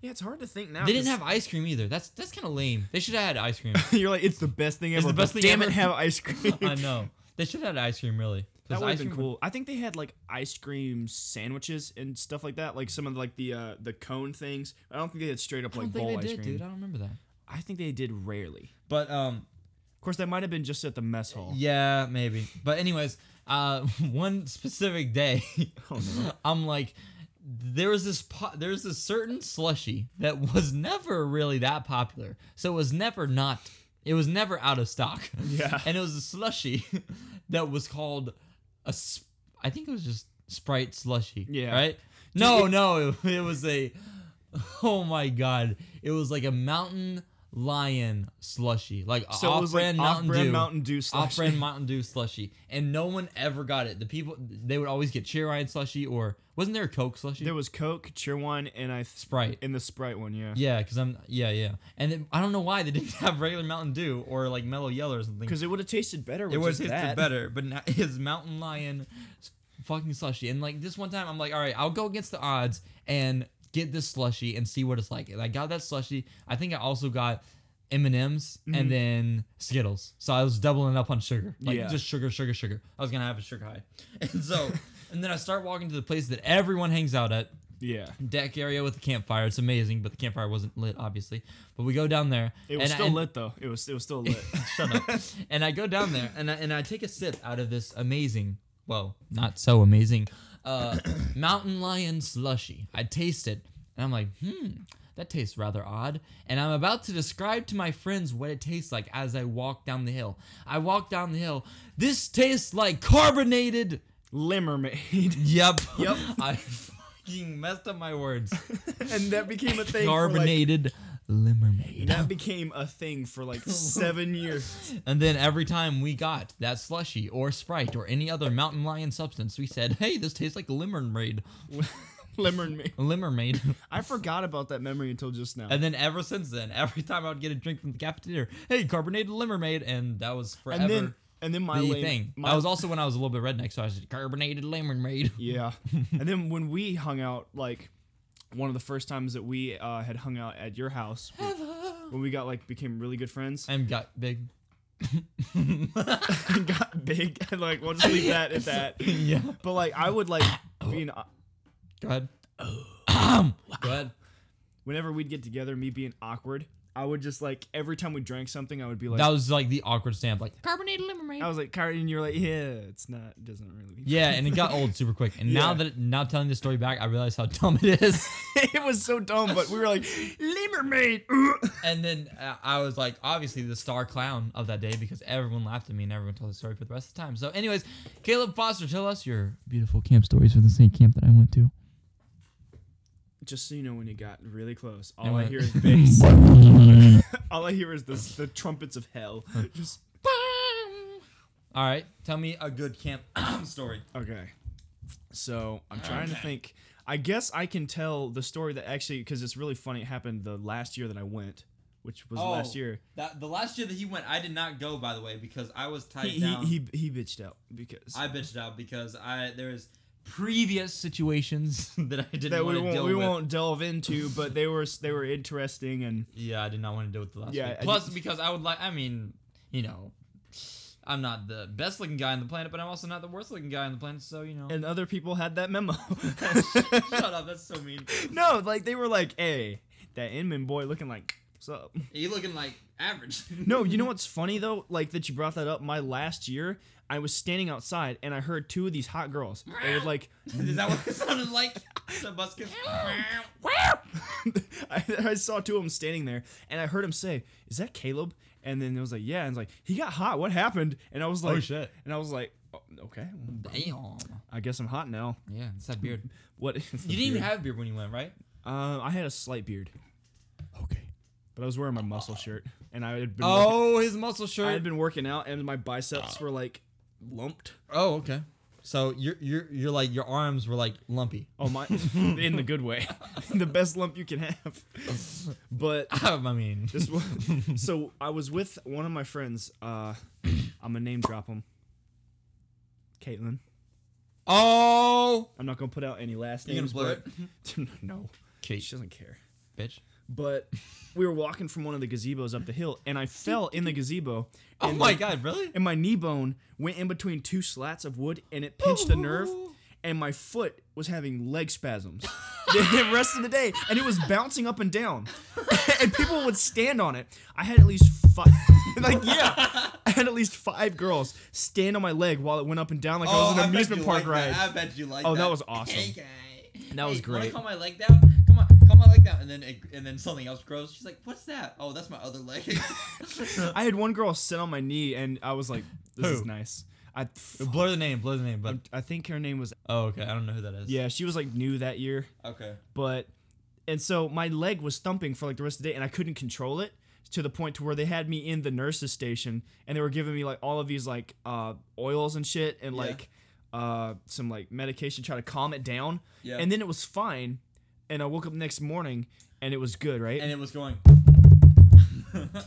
[SPEAKER 1] yeah. It's hard to think now.
[SPEAKER 2] They didn't
[SPEAKER 1] 'cause
[SPEAKER 2] have ice cream either. That's that's kind of lame. They should have had ice cream.
[SPEAKER 1] You're like, it's the best thing ever.
[SPEAKER 2] the
[SPEAKER 1] but
[SPEAKER 2] best thing
[SPEAKER 1] damn
[SPEAKER 2] ever.
[SPEAKER 1] it, have ice cream.
[SPEAKER 2] I know they should have had ice cream really.
[SPEAKER 1] That
[SPEAKER 2] 'Cause
[SPEAKER 1] would
[SPEAKER 2] ice
[SPEAKER 1] have been
[SPEAKER 2] cream
[SPEAKER 1] cool. I think they had like ice cream sandwiches and stuff like that, like some of like the uh, the cone things. I don't think they had straight up
[SPEAKER 2] I
[SPEAKER 1] like
[SPEAKER 2] don't think
[SPEAKER 1] bowl
[SPEAKER 2] they
[SPEAKER 1] ice
[SPEAKER 2] did,
[SPEAKER 1] cream.
[SPEAKER 2] dude. I don't remember that.
[SPEAKER 1] I think they did rarely.
[SPEAKER 2] But um,
[SPEAKER 1] Of course, that might have been just at the mess hall.
[SPEAKER 2] Yeah, maybe. But anyways, uh, one specific day,
[SPEAKER 1] Oh,
[SPEAKER 2] I'm like, there was this po- there was this certain slushy that was never really that popular, so it was never not, it was never out of stock.
[SPEAKER 1] Yeah.
[SPEAKER 2] and it was a slushy that was called a, sp- I think it was just Sprite slushy.
[SPEAKER 1] Yeah.
[SPEAKER 2] right. No, no, it, it was a. Oh my god! It was like a mountain lion slushy, like
[SPEAKER 1] So it was like
[SPEAKER 2] off-brand Mountain
[SPEAKER 1] off-brand
[SPEAKER 2] Dew
[SPEAKER 1] Mountain Dew
[SPEAKER 2] off brand
[SPEAKER 1] slushy.
[SPEAKER 2] Mountain Dew slushy, and no one ever got it. The people they would always get Cheerwine slushy, or wasn't there a Coke slushy?
[SPEAKER 1] There was Coke, Cheerwine, and I th-
[SPEAKER 2] Sprite.
[SPEAKER 1] in the Sprite one. Yeah,
[SPEAKER 2] yeah, because I'm yeah yeah, and then, I don't know why they didn't have regular Mountain Dew or like Mellow Yellow or something.
[SPEAKER 1] because it would have tasted better. With
[SPEAKER 2] it was
[SPEAKER 1] just
[SPEAKER 2] tasted
[SPEAKER 1] that.
[SPEAKER 2] better, but not his Mountain Lion s- fucking slushy. And like this one time, I'm like, all right, I'll go against the odds and get this slushy and see what it's like. And I got that slushy. I think I also got. M and M's and then Skittles, so I was doubling up on sugar, like
[SPEAKER 1] Mm-hmm. Yeah.
[SPEAKER 2] just sugar, sugar, sugar. I was gonna have a sugar high, and so, and then I start walking to the place that everyone hangs out at,
[SPEAKER 1] Yeah,
[SPEAKER 2] deck area with the campfire. It's amazing, but the campfire wasn't lit, obviously. But we go down there.
[SPEAKER 1] it was
[SPEAKER 2] and I-
[SPEAKER 1] still
[SPEAKER 2] and-
[SPEAKER 1] lit though. It was it was still lit.
[SPEAKER 2] Shut up. and I go down there and I, and I take a sip out of this amazing, well, not so amazing, uh, mountain lion slushy. I taste it and I'm like, hmm, that tastes rather odd. And I'm about to describe to my friends what it tastes like as I walk down the hill. I walk down the hill. This tastes like carbonated.
[SPEAKER 1] Limermaid,
[SPEAKER 2] Yep.
[SPEAKER 1] Yep.
[SPEAKER 2] I fucking messed up my words.
[SPEAKER 1] and that became a thing. Carbonated.
[SPEAKER 2] Carbonated limermade.
[SPEAKER 1] that became a thing for like seven years.
[SPEAKER 2] And then every time we got that slushy or Sprite or any other mountain lion substance, we said, "Hey, this tastes like limermade."
[SPEAKER 1] Limermaid.
[SPEAKER 2] Limermade.
[SPEAKER 1] I forgot about that memory until just now.
[SPEAKER 2] and then ever since then, every time I would get a drink from the cafeteria, "Hey, carbonated limermade," and that was forever
[SPEAKER 1] and then and then my
[SPEAKER 2] the
[SPEAKER 1] lame-
[SPEAKER 2] thing.
[SPEAKER 1] My,
[SPEAKER 2] I was also when I was a little bit redneck, so I said, "Carbonated limermade."
[SPEAKER 1] yeah. and then when we hung out, like one of the first times that we uh, had hung out at your house, we- when we got like became really good friends
[SPEAKER 2] And got big.
[SPEAKER 1] and got big, and like we'll just leave that at that.
[SPEAKER 2] Yeah.
[SPEAKER 1] But like I would like, you know,
[SPEAKER 2] Go ahead.
[SPEAKER 1] Oh,
[SPEAKER 2] Go ahead.
[SPEAKER 1] whenever we'd get together, me being awkward, I would just like every time we drank something, I would be like,
[SPEAKER 2] That was like the awkward stamp, like
[SPEAKER 6] Carbonated limerade.
[SPEAKER 1] I was like, Kyrie, and you're like, yeah, it's not, it doesn't really.
[SPEAKER 2] yeah, and it got old super quick. And now
[SPEAKER 1] Yeah.
[SPEAKER 2] that now telling this story back, I realize how dumb it is.
[SPEAKER 1] it was so dumb, but we were like, Limermaid. ugh."
[SPEAKER 2] And then uh, I was like, obviously the star clown of that day because everyone laughed at me and everyone told the story for the rest of the time. So, anyways, Caleb Foster, tell us your beautiful camp stories from the same camp that I went to.
[SPEAKER 1] Just so you know, when you got really close,
[SPEAKER 2] It
[SPEAKER 1] all I
[SPEAKER 2] went-
[SPEAKER 1] hear is bass. all I hear is the the trumpets of hell. Just
[SPEAKER 2] All right, tell me a good camp story.
[SPEAKER 1] okay. So I'm trying to think. I guess I can tell the story that actually, because it's really funny. It happened the last year that I went, which was last
[SPEAKER 2] Oh,
[SPEAKER 1] year.
[SPEAKER 2] That the last year that he went, I did not go by the way because I was tied
[SPEAKER 1] He, he he he bitched out because
[SPEAKER 2] I bitched out because I there was previous situations that I didn't
[SPEAKER 1] that
[SPEAKER 2] want
[SPEAKER 1] we
[SPEAKER 2] to
[SPEAKER 1] won't
[SPEAKER 2] deal
[SPEAKER 1] we
[SPEAKER 2] with.
[SPEAKER 1] won't delve into, but they were they were interesting and
[SPEAKER 2] Yeah, I did not want to deal with the last
[SPEAKER 1] Yeah,
[SPEAKER 2] week.
[SPEAKER 1] I
[SPEAKER 2] Plus,
[SPEAKER 1] didn't-
[SPEAKER 2] because I would like, I mean, you know, I'm not the best looking guy on the planet, but I'm also not the worst looking guy on the planet, so, you know.
[SPEAKER 1] and other people had that memo.
[SPEAKER 2] Shut up, that's so mean.
[SPEAKER 1] no, like they were like, hey, that Inman boy looking like what's up.
[SPEAKER 2] You looking like average.
[SPEAKER 1] No, you know what's funny though? Like that you brought that up. My last year, I was standing outside and I heard two of these hot girls. They would like,
[SPEAKER 2] Is that what it sounded like? The buskin.
[SPEAKER 1] I, I saw two of them standing there and I heard him say, "Is that Caleb?" And then it was like, "Yeah." And it's like, "He got hot. What happened?" And I was like,
[SPEAKER 2] shit.
[SPEAKER 1] And I was like, oh, "Okay, well,
[SPEAKER 2] Damn.
[SPEAKER 1] I guess I'm hot now."
[SPEAKER 2] Yeah, it's that beard.
[SPEAKER 1] What?
[SPEAKER 2] You didn't even have beard when you went, right?
[SPEAKER 1] Uh, I had a slight beard,
[SPEAKER 2] Okay.
[SPEAKER 1] but I was wearing my muscle shirt and I had been. working-
[SPEAKER 2] Oh, his muscle
[SPEAKER 1] I
[SPEAKER 2] shirt.
[SPEAKER 1] had been working out and my biceps were like lumped.
[SPEAKER 2] oh, okay. So your your your like your arms were like lumpy.
[SPEAKER 1] Oh my! in the good way, the best lump you can have. But
[SPEAKER 2] I mean,
[SPEAKER 1] this was so I was with one of my friends. Uh, I'm gonna name drop him. Caitlin.
[SPEAKER 2] oh,
[SPEAKER 1] I'm not gonna put out any last
[SPEAKER 2] You gonna
[SPEAKER 1] names.
[SPEAKER 2] blur it?
[SPEAKER 1] but- no,
[SPEAKER 2] Kate,
[SPEAKER 1] she doesn't care.
[SPEAKER 2] bitch.
[SPEAKER 1] But we were walking from one of the gazebos up the hill, and I fell in the gazebo.
[SPEAKER 2] Oh
[SPEAKER 1] and
[SPEAKER 2] my
[SPEAKER 1] like,
[SPEAKER 2] god, really?
[SPEAKER 1] and my knee bone went in between two slats of wood and it pinched a nerve and my foot was having leg spasms the rest of the day and it was bouncing up and down and people would stand on it i had at least five like yeah i had at least five girls stand on my leg while it went up and down like
[SPEAKER 2] Oh,
[SPEAKER 4] Oh,
[SPEAKER 1] i was an amusement park ride
[SPEAKER 4] I bet you like
[SPEAKER 1] oh
[SPEAKER 4] that.
[SPEAKER 1] that was awesome that
[SPEAKER 4] Wanna
[SPEAKER 1] was great
[SPEAKER 4] call my leg down? Come on, come on, leg down. And then it, and then something else grows. She's like, "What's that? Oh, that's my other leg."
[SPEAKER 1] i had one girl sit on my knee and i was like this
[SPEAKER 2] Who?
[SPEAKER 1] is nice i
[SPEAKER 2] Blur the name, blur the name, but
[SPEAKER 1] i think her name was
[SPEAKER 2] oh okay, I don't know who that is.
[SPEAKER 1] yeah she was like new that year
[SPEAKER 4] okay.
[SPEAKER 1] but and so my leg was thumping for like the rest of the day and i couldn't control it to the point to where they had me in the nurses station and they were giving me like all of these like uh oils and shit and
[SPEAKER 4] Yeah.
[SPEAKER 1] like uh some like medication to try to calm it down
[SPEAKER 4] Yeah.
[SPEAKER 1] and then it was fine and i woke up next morning and it was good right
[SPEAKER 4] And it was going.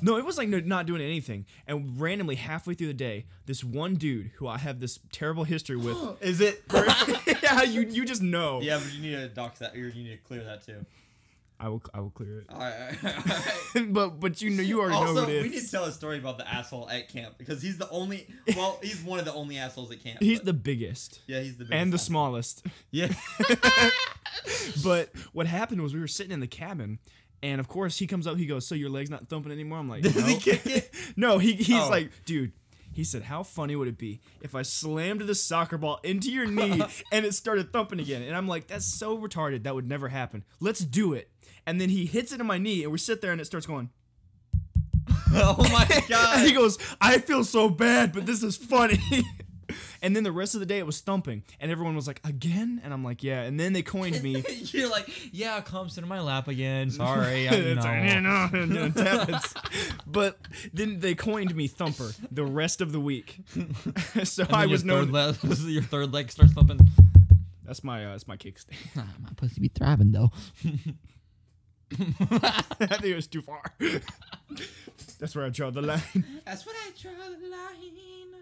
[SPEAKER 1] no it was like no- not doing anything and randomly halfway through the day this one dude who i have this terrible history with
[SPEAKER 4] Is it?
[SPEAKER 1] yeah you you just know
[SPEAKER 4] yeah, but you need to dock that, or you need to clear that too.
[SPEAKER 1] i will i will clear
[SPEAKER 4] All right. All right.
[SPEAKER 1] it but but you know you already know
[SPEAKER 4] Also,
[SPEAKER 1] who it is
[SPEAKER 4] we need to tell a story about the asshole at camp because he's the only. Well, he's one of the only assholes at camp.
[SPEAKER 1] He's
[SPEAKER 4] but-
[SPEAKER 1] the biggest
[SPEAKER 4] Yeah, he's the biggest
[SPEAKER 1] and the
[SPEAKER 4] asshole.
[SPEAKER 1] smallest.
[SPEAKER 2] yeah.
[SPEAKER 1] But what happened was we were sitting in the cabin, and of course he comes up. He goes, "So your leg's not thumping anymore?" I'm like,
[SPEAKER 2] Does
[SPEAKER 1] no.
[SPEAKER 2] he kick it?
[SPEAKER 1] no, he, he's
[SPEAKER 2] Oh.
[SPEAKER 1] like, dude. He said, "How funny would it be if I slammed this soccer ball into your knee and it started thumping again?" And I'm like, "That's so retarded. That would never happen. Let's do it." And then he hits it in my knee, and we sit there, and it starts going.
[SPEAKER 2] oh my
[SPEAKER 1] And he
[SPEAKER 2] god.
[SPEAKER 1] goes, I feel so bad, but this is funny. and then the rest of the day it was thumping. And everyone was like, again? And I'm like, yeah. And then they coined me.
[SPEAKER 2] You're like, yeah, come sit in my lap again. Sorry, I
[SPEAKER 1] It's like,
[SPEAKER 2] know.
[SPEAKER 1] "No, no, no, it happens." but then they coined me Thumper the rest of the week. so
[SPEAKER 2] And
[SPEAKER 1] I
[SPEAKER 2] then your
[SPEAKER 1] was known.
[SPEAKER 2] third leg- your third leg starts thumping.
[SPEAKER 1] that's my uh, that's my kickstand.
[SPEAKER 3] Ah, my pussy be thriving though.
[SPEAKER 1] I think it was too far. that's where I draw the line.
[SPEAKER 4] That's what I draw the line.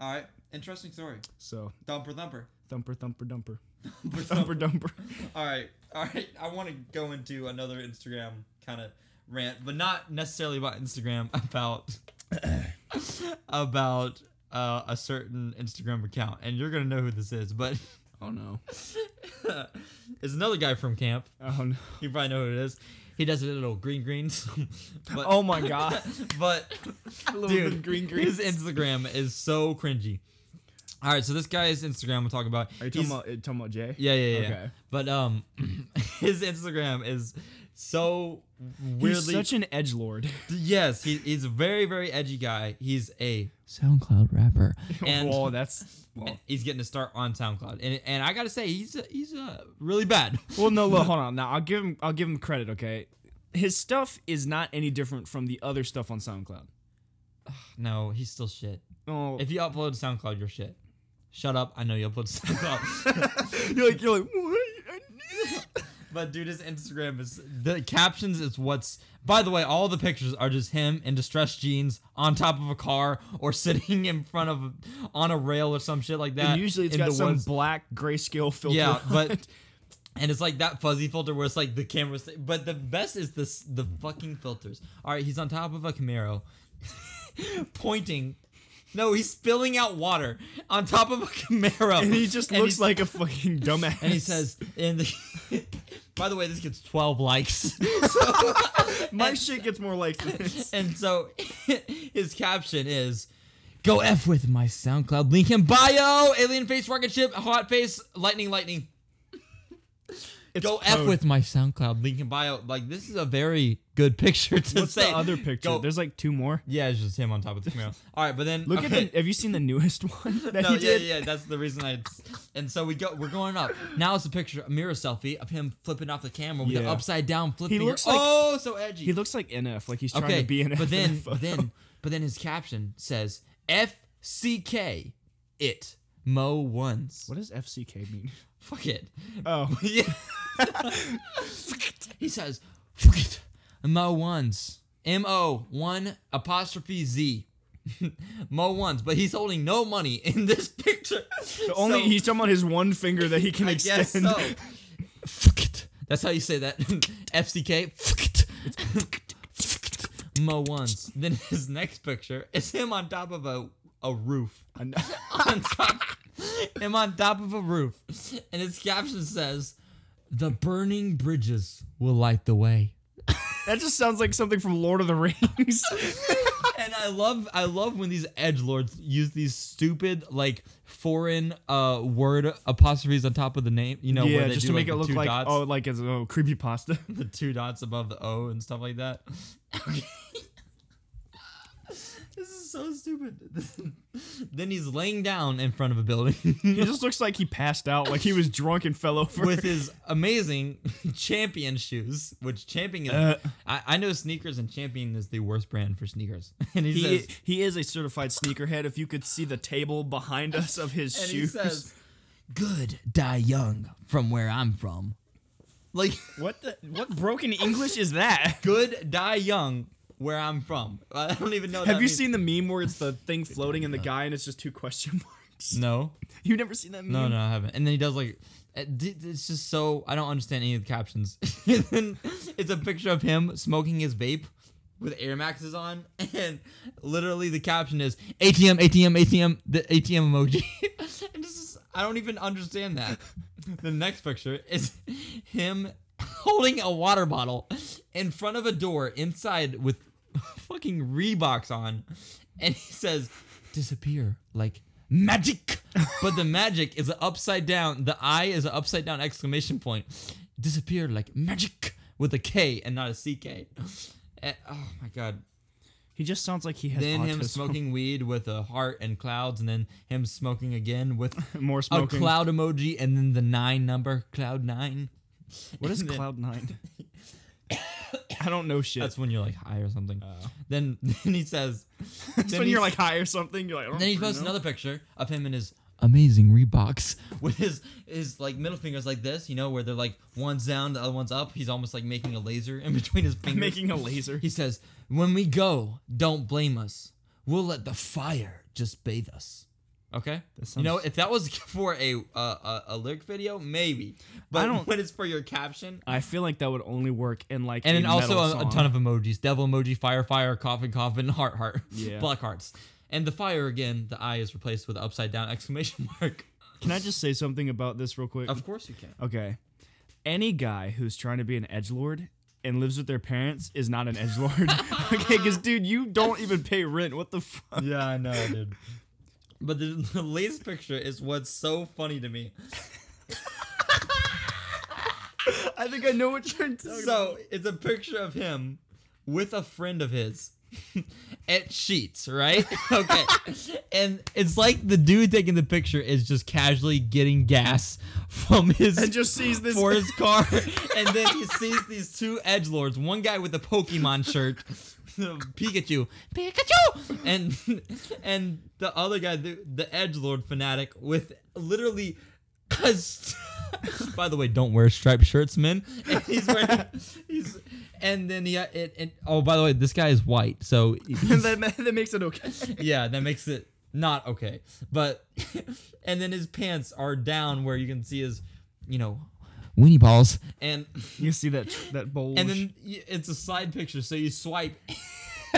[SPEAKER 4] All right, interesting story.
[SPEAKER 1] So
[SPEAKER 4] Thumper thumper.
[SPEAKER 1] Thumper, Thumper, Dumper,
[SPEAKER 4] Thumper,
[SPEAKER 1] Thumper, Dumper.
[SPEAKER 4] All right, all right. I want to go into another Instagram kind of rant,
[SPEAKER 2] but not necessarily about Instagram. About about uh, a certain Instagram account, and you're gonna know who this is. But
[SPEAKER 1] Oh no.
[SPEAKER 2] it's another guy from camp.
[SPEAKER 1] Oh no.
[SPEAKER 2] You probably know who it is. He does a little green greens. but,
[SPEAKER 1] Oh my god.
[SPEAKER 2] but
[SPEAKER 1] Little bit
[SPEAKER 2] dude,
[SPEAKER 1] of green
[SPEAKER 2] his
[SPEAKER 1] greens.
[SPEAKER 2] Instagram is so cringy. All right, so this guy's Instagram we'll talk about.
[SPEAKER 1] Are you
[SPEAKER 2] He's-
[SPEAKER 1] talking about, you talking about Jay?
[SPEAKER 2] Yeah, yeah, yeah.
[SPEAKER 1] Okay.
[SPEAKER 2] But um, his Instagram is so weirdly.
[SPEAKER 1] He's such an edge lord.
[SPEAKER 2] yes, he, he's a very, very edgy guy. He's a
[SPEAKER 3] SoundCloud rapper.
[SPEAKER 2] and
[SPEAKER 1] Whoa, that's
[SPEAKER 2] and he's getting a start on SoundCloud. And and I gotta say, he's he's uh, really bad.
[SPEAKER 1] well. No, look, hold on. Now I'll give him. I'll give him credit. Okay, his stuff is not any different from the other stuff on SoundCloud.
[SPEAKER 2] no, he's still shit.
[SPEAKER 1] Oh,
[SPEAKER 2] If you upload to SoundCloud, you're shit. Shut up! I know you upload to SoundCloud. Uh,
[SPEAKER 1] you're like you're like. What?
[SPEAKER 2] But dude, his Instagram is the captions is what's. By the way, all the pictures are just him in distressed jeans on top of a car or sitting in front of on a rail or some shit like that.
[SPEAKER 1] and usually it's
[SPEAKER 2] in
[SPEAKER 1] got
[SPEAKER 2] the
[SPEAKER 1] some
[SPEAKER 2] woods.
[SPEAKER 1] black grayscale filter.
[SPEAKER 2] Yeah,
[SPEAKER 1] on
[SPEAKER 2] but
[SPEAKER 1] it.
[SPEAKER 2] and it's like that fuzzy filter where it's like the camera's. But the best is this the fucking filters. All right, he's on top of a Camaro, pointing. No, he's spilling out water on top of a Camaro,
[SPEAKER 1] and he just
[SPEAKER 2] And
[SPEAKER 1] looks
[SPEAKER 2] he's-
[SPEAKER 1] like a fucking dumbass.
[SPEAKER 2] and he says, and the, by the way, this gets 12 likes. So,
[SPEAKER 1] "My shit gets more likes than this."
[SPEAKER 2] and so his caption is, Go F with my SoundCloud link in bio, alien face, rocket ship, hot face, lightning, lightning.
[SPEAKER 1] It's
[SPEAKER 2] Go F
[SPEAKER 1] code.
[SPEAKER 2] with my SoundCloud link in bio. Like, this is a very good picture to
[SPEAKER 1] What's
[SPEAKER 2] say.
[SPEAKER 1] the other picture?
[SPEAKER 2] Go-
[SPEAKER 1] There's like two more.
[SPEAKER 2] yeah, it's just him on top of the camera. All right, but then
[SPEAKER 1] Look
[SPEAKER 2] okay.
[SPEAKER 1] at the. Have you seen the newest one that
[SPEAKER 2] no,
[SPEAKER 1] he
[SPEAKER 2] yeah,
[SPEAKER 1] did?
[SPEAKER 2] yeah, that's the reason I. And so we go, we're going up. Now it's a picture, a mirror selfie of him flipping off the camera with the
[SPEAKER 1] Yeah.
[SPEAKER 2] upside down flip.
[SPEAKER 1] He
[SPEAKER 2] finger.
[SPEAKER 1] looks like-
[SPEAKER 2] oh, so edgy.
[SPEAKER 1] He looks like NF, like he's trying
[SPEAKER 2] okay,
[SPEAKER 1] to be NF.
[SPEAKER 2] but
[SPEAKER 1] in
[SPEAKER 2] then,
[SPEAKER 1] the photo.
[SPEAKER 2] then, but then his caption says F C K, it mo ones.
[SPEAKER 1] what does FCK mean?
[SPEAKER 2] Fuck it.
[SPEAKER 1] Oh,
[SPEAKER 2] yeah. he says fuck it, mo ones. M O one apostrophe Z. Mo ones, but he's holding no money in this picture.
[SPEAKER 1] the only
[SPEAKER 2] So-
[SPEAKER 1] he's talking about his one finger that he can
[SPEAKER 2] I
[SPEAKER 1] extend.
[SPEAKER 2] guess so. Fuck it. That's how you say that. FCK. Fuck it. Mo once. Then his next picture is him on top of a a roof.
[SPEAKER 1] An-
[SPEAKER 2] On top, him on top of a roof, and his caption says, "The burning bridges will light the way."
[SPEAKER 1] that just sounds like something from Lord of the Rings.
[SPEAKER 2] Oh, and I love I love when these edge lords use these stupid like foreign uh word apostrophes on top of the name. You know, where
[SPEAKER 1] yeah,
[SPEAKER 2] they
[SPEAKER 1] just
[SPEAKER 2] do,
[SPEAKER 1] to make
[SPEAKER 2] the
[SPEAKER 1] it look
[SPEAKER 2] two
[SPEAKER 1] like
[SPEAKER 2] dots.
[SPEAKER 1] oh, like it's oh, creepy pasta.
[SPEAKER 2] the two dots above the O and stuff like that. this is so stupid. then he's laying down in front of a
[SPEAKER 1] he
[SPEAKER 2] building
[SPEAKER 1] just looks like he passed out, like he was drunk and fell over.
[SPEAKER 2] with his amazing champion shoes, which champion is.
[SPEAKER 1] Uh.
[SPEAKER 2] I, I know sneakers, and champion is the worst brand for sneakers. And he,
[SPEAKER 1] he,
[SPEAKER 2] says,
[SPEAKER 1] he is a certified sneakerhead. If you could see the table behind us of his
[SPEAKER 2] and he
[SPEAKER 1] shoes,
[SPEAKER 2] says, Good, die young from where I'm from. Like,
[SPEAKER 1] what the what broken English is that?
[SPEAKER 2] good, die young where I'm from. I don't even know what
[SPEAKER 1] Have
[SPEAKER 2] that
[SPEAKER 1] you
[SPEAKER 2] means.
[SPEAKER 1] seen the meme where it's the thing floating and the guy and it's just two question marks?
[SPEAKER 2] No.
[SPEAKER 1] You've never seen that meme?
[SPEAKER 2] No, no, I haven't. And then he does like, uh, d- it's just so I don't understand any of the captions. and then it's a picture of him smoking his vape with Air Maxes on, and literally the caption is ATM, ATM, ATM, the ATM emoji. and this is I don't even understand that. the next picture is him holding a water bottle in front of a door inside with fucking Reeboks on, and he says, "Disappear like." magic. but the magic is a upside down. The I is an upside down exclamation point. Disappear like magic with a K and not a CK. Eh, oh my god.
[SPEAKER 1] He just sounds like he has
[SPEAKER 2] then
[SPEAKER 1] autism.
[SPEAKER 2] him smoking weed with a heart and clouds, and then him smoking again with
[SPEAKER 1] more
[SPEAKER 2] a
[SPEAKER 1] smoking.
[SPEAKER 2] cloud emoji, and then the nine number, cloud nine.
[SPEAKER 1] What is
[SPEAKER 2] And then-
[SPEAKER 1] cloud nine? I don't know shit.
[SPEAKER 2] That's
[SPEAKER 1] That's,
[SPEAKER 2] when you're like high or something. Then then he says. then
[SPEAKER 1] Uh. when
[SPEAKER 2] he
[SPEAKER 1] you're like high or something. You're like. "Oh, I don't
[SPEAKER 2] Then he
[SPEAKER 1] freaking
[SPEAKER 2] posts
[SPEAKER 1] know.
[SPEAKER 2] another picture of him in his amazing Reeboks with his his like middle fingers like this, you know, where they're like one's down, the other one's up. He's almost like making a laser in between his fingers.
[SPEAKER 1] making a laser.
[SPEAKER 2] He says, "When we go, don't blame us. We'll let the fire just bathe us." Okay. You know, if that was for a uh, a, a lyric video, maybe. But
[SPEAKER 1] I don't-
[SPEAKER 2] when it's for your caption,
[SPEAKER 1] I feel like that would only work in like
[SPEAKER 2] and
[SPEAKER 1] a
[SPEAKER 2] then also
[SPEAKER 1] metal
[SPEAKER 2] a, a
[SPEAKER 1] song.
[SPEAKER 2] ton of emojis: devil emoji, fire, fire, coffin, coffin, heart, heart,
[SPEAKER 1] Yeah.
[SPEAKER 2] black hearts, and the fire again. The eye is replaced with upside down exclamation mark.
[SPEAKER 1] Can I just say something about this real quick?
[SPEAKER 2] Of course you can.
[SPEAKER 1] Okay. Any guy who's trying to be an edge lord and lives with their parents is not an edge lord. okay, because dude, you don't even pay rent. What the fuck?
[SPEAKER 2] Yeah, I know, dude. But the, the latest picture is what's so funny to me.
[SPEAKER 1] I think I know what you're talking
[SPEAKER 2] So it's a picture of him with a friend of his at Sheets, right? Okay. and it's like the dude taking the picture is just casually getting gas from his
[SPEAKER 1] and just sees this.
[SPEAKER 2] for his car, and then he sees these two edge lords. One guy with a Pokemon shirt, Pikachu, Pikachu, and and the other guy, the, the edge lord fanatic, with literally a, st- By the way, don't wear striped shirts, men. And he's wearing, he's, and then he, uh, it, and, oh, by the way, this guy is white, so he's-
[SPEAKER 1] that, ma- that makes it okay.
[SPEAKER 2] yeah, that makes it not okay. But, and then his pants are down where you can see his, you know, weenie balls, and
[SPEAKER 1] You see that that bulge.
[SPEAKER 2] and then y- it's a side picture, so you swipe,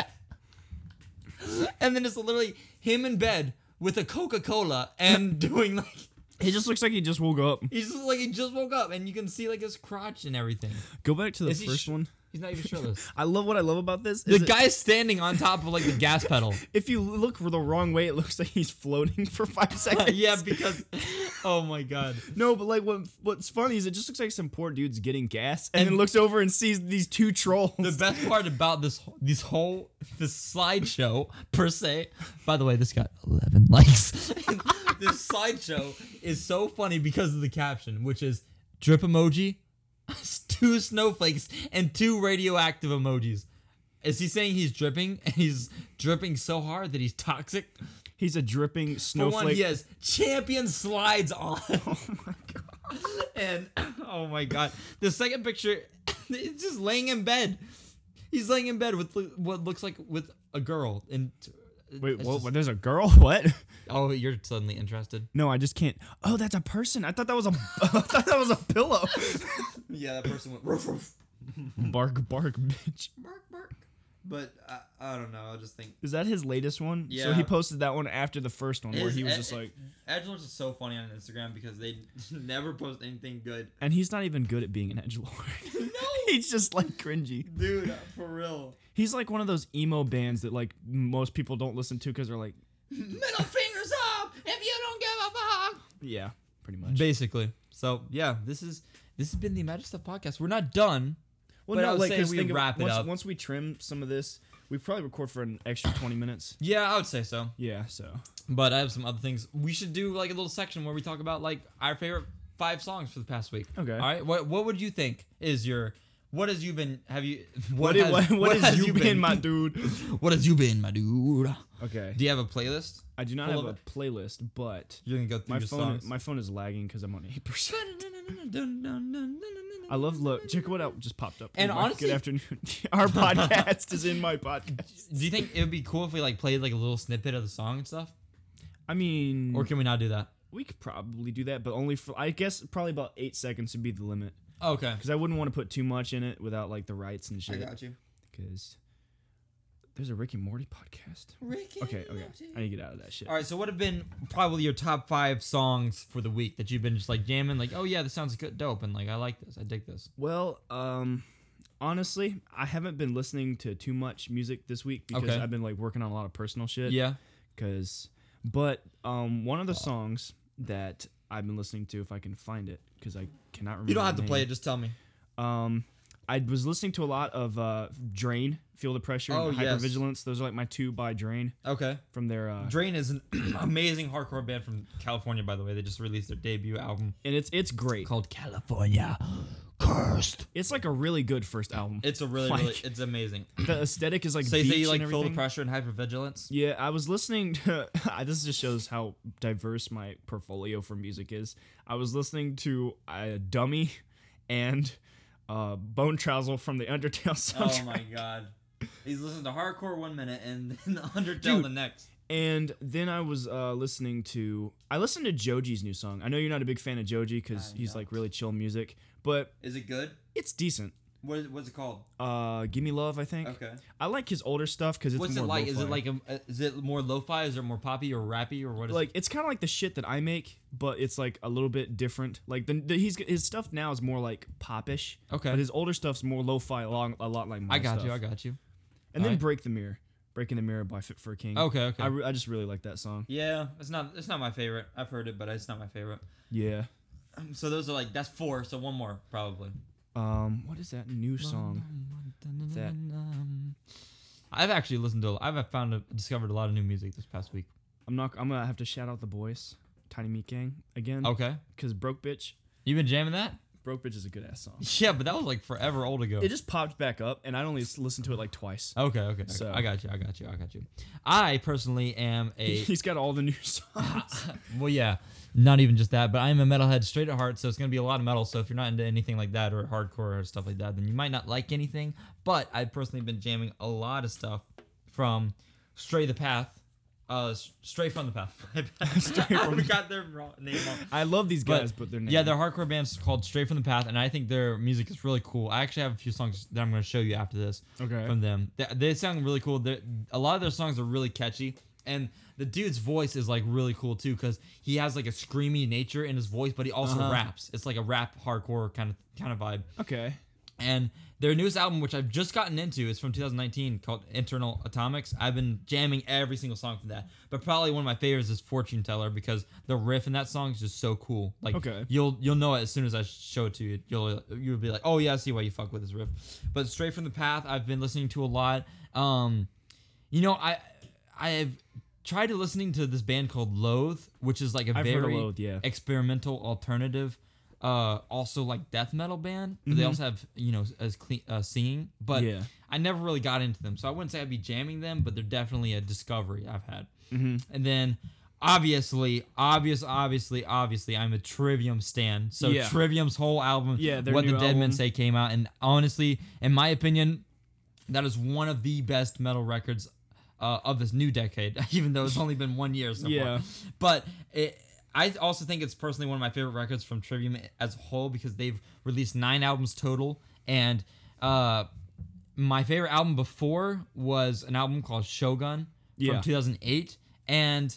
[SPEAKER 2] and then it's literally him in bed with a Coca Cola and doing like.
[SPEAKER 1] he just looks like he just woke up.
[SPEAKER 2] He's just like he just woke up, and you can see like his crotch and everything.
[SPEAKER 1] Go back to the
[SPEAKER 2] Is he
[SPEAKER 1] first
[SPEAKER 2] sh-
[SPEAKER 1] one.
[SPEAKER 2] He's not even shirtless.
[SPEAKER 1] I love what I love about this.
[SPEAKER 2] the
[SPEAKER 1] is it-
[SPEAKER 2] guy's standing on top of like the gas pedal.
[SPEAKER 1] if you look the wrong way, it looks like he's floating for five seconds.
[SPEAKER 2] yeah, because oh my god.
[SPEAKER 1] No, but like what what's funny is it just looks like some poor dude's getting gas and, then
[SPEAKER 2] And-
[SPEAKER 1] looks over and sees these two trolls.
[SPEAKER 2] The best part about this wh- this whole this slideshow per se. By the way, this got 11 likes. this slideshow is so funny because of the caption, which is drip emoji, two snowflakes, and two radioactive emojis. Is he saying he's dripping? And he's dripping so hard that he's toxic.
[SPEAKER 1] he's a dripping
[SPEAKER 2] For one,
[SPEAKER 1] snowflake.
[SPEAKER 2] he has champion slides on. Oh my god. And oh my god. The second picture it's just laying in bed. He's laying in bed with lo- what looks like with a girl and
[SPEAKER 1] Wait,
[SPEAKER 2] it's
[SPEAKER 1] what,
[SPEAKER 2] just-
[SPEAKER 1] what? There's a girl? What?
[SPEAKER 2] Oh, you're suddenly interested.
[SPEAKER 1] No, I just can't. Oh, that's a person. I thought that was a. I thought that was a pillow.
[SPEAKER 4] Yeah, that person went roof roof.
[SPEAKER 1] bark, bark, bitch.
[SPEAKER 4] Bark bark. But I, I don't know. I just think
[SPEAKER 1] Is that his latest one? So
[SPEAKER 4] Yeah.
[SPEAKER 1] he posted that one after the first one, where
[SPEAKER 4] His-
[SPEAKER 1] he was
[SPEAKER 4] eh,
[SPEAKER 1] just
[SPEAKER 4] eh,
[SPEAKER 1] like,
[SPEAKER 4] Edgelords is so funny on Instagram because they never post anything good.
[SPEAKER 1] and he's not even good at being an edge lord. no, he's just like cringy.
[SPEAKER 4] Dude, for real.
[SPEAKER 1] He's like one of those emo bands that like most people don't listen to because they're like,
[SPEAKER 4] Middle fingers up if you don't give a fuck.
[SPEAKER 1] yeah, pretty much.
[SPEAKER 2] Basically. So yeah, this is this has been the Magic Stuff Podcast. We're not done.
[SPEAKER 1] well,
[SPEAKER 2] but I was saying
[SPEAKER 1] 'cause
[SPEAKER 2] we
[SPEAKER 1] think of-
[SPEAKER 2] wrap it
[SPEAKER 1] once,
[SPEAKER 2] up.
[SPEAKER 1] Once we trim some of this, we probably record for an extra twenty minutes.
[SPEAKER 2] Yeah, I would say so.
[SPEAKER 1] Yeah, so
[SPEAKER 2] But I have some other things. We should do like a little section where we talk about like our favorite five songs for the past week.
[SPEAKER 1] Okay.
[SPEAKER 2] All right. What What would you think is your What has you been? Have you
[SPEAKER 1] what
[SPEAKER 2] What,
[SPEAKER 1] i-
[SPEAKER 2] has,
[SPEAKER 1] what, what has you been, my
[SPEAKER 2] dude?
[SPEAKER 1] dude?
[SPEAKER 2] What has you been, my dude?
[SPEAKER 1] Okay,
[SPEAKER 2] Do you have a playlist?
[SPEAKER 1] I do not
[SPEAKER 2] full
[SPEAKER 1] have a
[SPEAKER 2] of
[SPEAKER 1] playlist, but
[SPEAKER 2] You're gonna go through
[SPEAKER 1] my
[SPEAKER 2] your
[SPEAKER 1] phone
[SPEAKER 2] songs.
[SPEAKER 1] my phone is lagging because I'm on eight percent. I love look. Check what out just popped up.
[SPEAKER 2] And
[SPEAKER 1] Oh my-
[SPEAKER 2] honestly-
[SPEAKER 1] good afternoon. Our podcast is in my podcast.
[SPEAKER 2] Do you think it would be cool if we like played like a little snippet of the song and stuff,
[SPEAKER 1] I mean,
[SPEAKER 2] or can we not do that?
[SPEAKER 1] we could probably do that, but only for I guess probably about eight seconds would be the limit
[SPEAKER 2] Okay.
[SPEAKER 1] because I wouldn't want to put too much in it without like the rights and
[SPEAKER 4] I
[SPEAKER 1] shit.
[SPEAKER 4] got you.
[SPEAKER 1] Because there's a Rick and Morty podcast.
[SPEAKER 4] Ricky.
[SPEAKER 1] Okay, okay, I need to get out of that shit.
[SPEAKER 2] All right, so what have been probably your top five songs for the week that you've been just like jamming, like, oh yeah, this sounds good, dope, and like I like this, I dig this.
[SPEAKER 1] Well, um, honestly, I haven't been listening to too much music this week because
[SPEAKER 2] Okay.
[SPEAKER 1] I've been like working on a lot of personal shit.
[SPEAKER 2] Yeah.
[SPEAKER 1] Cause, but um, one of the songs that I've been listening to, if I can find it, because I cannot remember.
[SPEAKER 2] You don't have
[SPEAKER 1] the
[SPEAKER 2] to play
[SPEAKER 1] name.
[SPEAKER 2] it. Just tell me.
[SPEAKER 1] Um, I was listening to a lot of uh, Drain, Feel the Pressure,
[SPEAKER 2] Oh,
[SPEAKER 1] and
[SPEAKER 2] yes.
[SPEAKER 1] Hypervigilance. Those are like my two by Drain
[SPEAKER 2] Okay.
[SPEAKER 1] from their. Uh,
[SPEAKER 2] Drain is an amazing hardcore band from California, by the way. They just released their debut album
[SPEAKER 1] and it's it's great.
[SPEAKER 2] called California.
[SPEAKER 3] California cursed.
[SPEAKER 1] It's like a really good first album.
[SPEAKER 2] It's a really, really,
[SPEAKER 1] Like-
[SPEAKER 2] it's amazing.
[SPEAKER 1] the aesthetic is like
[SPEAKER 2] So you
[SPEAKER 1] beach
[SPEAKER 2] say you like
[SPEAKER 1] and
[SPEAKER 2] feel the
[SPEAKER 1] everything.
[SPEAKER 2] pressure and hypervigilance?
[SPEAKER 1] Yeah, I was listening to. this just shows how diverse my portfolio for music is. I was listening to uh, Dummy and uh, Bone Trousel from the Undertale soundtrack.
[SPEAKER 4] Oh my god. He's listening to hardcore one minute and then Undertale
[SPEAKER 1] Dude.
[SPEAKER 4] the next.
[SPEAKER 1] And then I was uh, listening to. I listened to Joji's new song. I know you're not a big fan of Joji because
[SPEAKER 4] I'm
[SPEAKER 1] he's
[SPEAKER 4] not.
[SPEAKER 1] like really chill music, but
[SPEAKER 4] Is it good?
[SPEAKER 1] it's decent.
[SPEAKER 4] What is, what's it called?
[SPEAKER 1] Uh, Give Me Love, I think.
[SPEAKER 4] Okay.
[SPEAKER 1] I like his older stuff because it's
[SPEAKER 2] What's it
[SPEAKER 1] more
[SPEAKER 2] like? Is
[SPEAKER 1] lo-fi.
[SPEAKER 2] it like, a, uh, is it more lo-fi? Is it more poppy or rappy or what is
[SPEAKER 1] like it's kind of like the shit that I make, but it's like a little bit different. Like the, the he's his stuff now is more like popish.
[SPEAKER 2] Okay.
[SPEAKER 1] But his older stuff's more lo-fi, along a lot like my
[SPEAKER 2] it? I got
[SPEAKER 1] stuff.
[SPEAKER 2] you. I got you.
[SPEAKER 1] And then
[SPEAKER 2] Alright.
[SPEAKER 1] break the mirror, breaking the mirror by Fit for a King.
[SPEAKER 2] Okay. Okay.
[SPEAKER 1] I, re- I just really like that song.
[SPEAKER 4] Yeah.
[SPEAKER 2] it's not. It's not my favorite. I've heard it, but it's not my favorite.
[SPEAKER 1] Yeah.
[SPEAKER 4] Um,
[SPEAKER 2] So those are like that's four. So one more probably.
[SPEAKER 1] Um, what is that new song? That-
[SPEAKER 2] I've actually listened to. I've found a, discovered a lot of new music this past week.
[SPEAKER 1] I'm not. I'm gonna have to shout out the boys, Tiny Meat Gang again.
[SPEAKER 2] Okay,
[SPEAKER 1] Cause broke bitch.
[SPEAKER 2] you been jamming that?
[SPEAKER 1] Broke Bitch is a good ass song.
[SPEAKER 2] Yeah, but that was like forever old ago.
[SPEAKER 1] It just popped back up, and I only s- listened to it like twice.
[SPEAKER 2] okay, okay, okay.
[SPEAKER 1] So-
[SPEAKER 2] I got you. I got you. I got you. I personally am a
[SPEAKER 1] He's got all the new songs.
[SPEAKER 2] well, yeah, not even just that, but I am a metalhead straight at heart, so it's gonna be a lot of metal. So if you're not into anything like that or hardcore or stuff like that, then you might not like anything. But I've personally been jamming a lot of stuff from Stray the Path, uh, s- Stray from the Path. I got their wrong name. Wrong.
[SPEAKER 1] I love these
[SPEAKER 2] But-
[SPEAKER 1] guys, but, they're
[SPEAKER 2] Yeah, they're hardcore bands called Straight from the Path, and I think their music is really cool. I actually have a few songs that I'm going to show you after this
[SPEAKER 1] Okay.
[SPEAKER 2] from them. They, they sound really cool. They're, a lot of their songs are really catchy, and the dude's voice is like really cool too because he has like a screamy nature in his voice, but he also
[SPEAKER 1] Uh-huh.
[SPEAKER 2] raps. It's like a rap hardcore kind of kind of vibe.
[SPEAKER 1] okay.
[SPEAKER 2] And their newest album, which I've just gotten into, is from 2019 called Internal Atomics. I've been jamming every single song from that. But probably one of my favorites is Fortune Teller because the riff in that song is just so cool. Like
[SPEAKER 1] Okay.
[SPEAKER 2] you'll you'll know it as soon as I show it to you. You'll you'll be like, oh yeah, I see why you fuck with this riff. But Straight from the Path, I've been listening to a lot. Um, you know, I I have tried to listening to this band called Loathe, which is like a
[SPEAKER 1] I've
[SPEAKER 2] very
[SPEAKER 1] heard of Loathe, yeah.
[SPEAKER 2] experimental alternative uh also like death metal band but they also have you know as clean uh, singing but
[SPEAKER 1] Mm-hmm. Yeah.
[SPEAKER 2] i never really got into them so i wouldn't say i'd be jamming them but they're definitely a discovery i've had
[SPEAKER 1] Mm-hmm.
[SPEAKER 2] and then obviously obvious obviously obviously i'm a trivium stan so
[SPEAKER 1] Yeah.
[SPEAKER 2] trivium's whole album
[SPEAKER 1] Yeah, their
[SPEAKER 2] what the
[SPEAKER 1] new
[SPEAKER 2] dead men
[SPEAKER 1] album.
[SPEAKER 2] say came out and honestly in my opinion that is one of the best metal records uh, of this new decade, even though it's only been one year so
[SPEAKER 1] Yeah.
[SPEAKER 2] far. But it, I also think it's personally one of my favorite records from Trivium as a whole because they've released nine albums total. And uh, my favorite album before was an album called Shogun
[SPEAKER 1] Yeah.
[SPEAKER 2] from 2008. And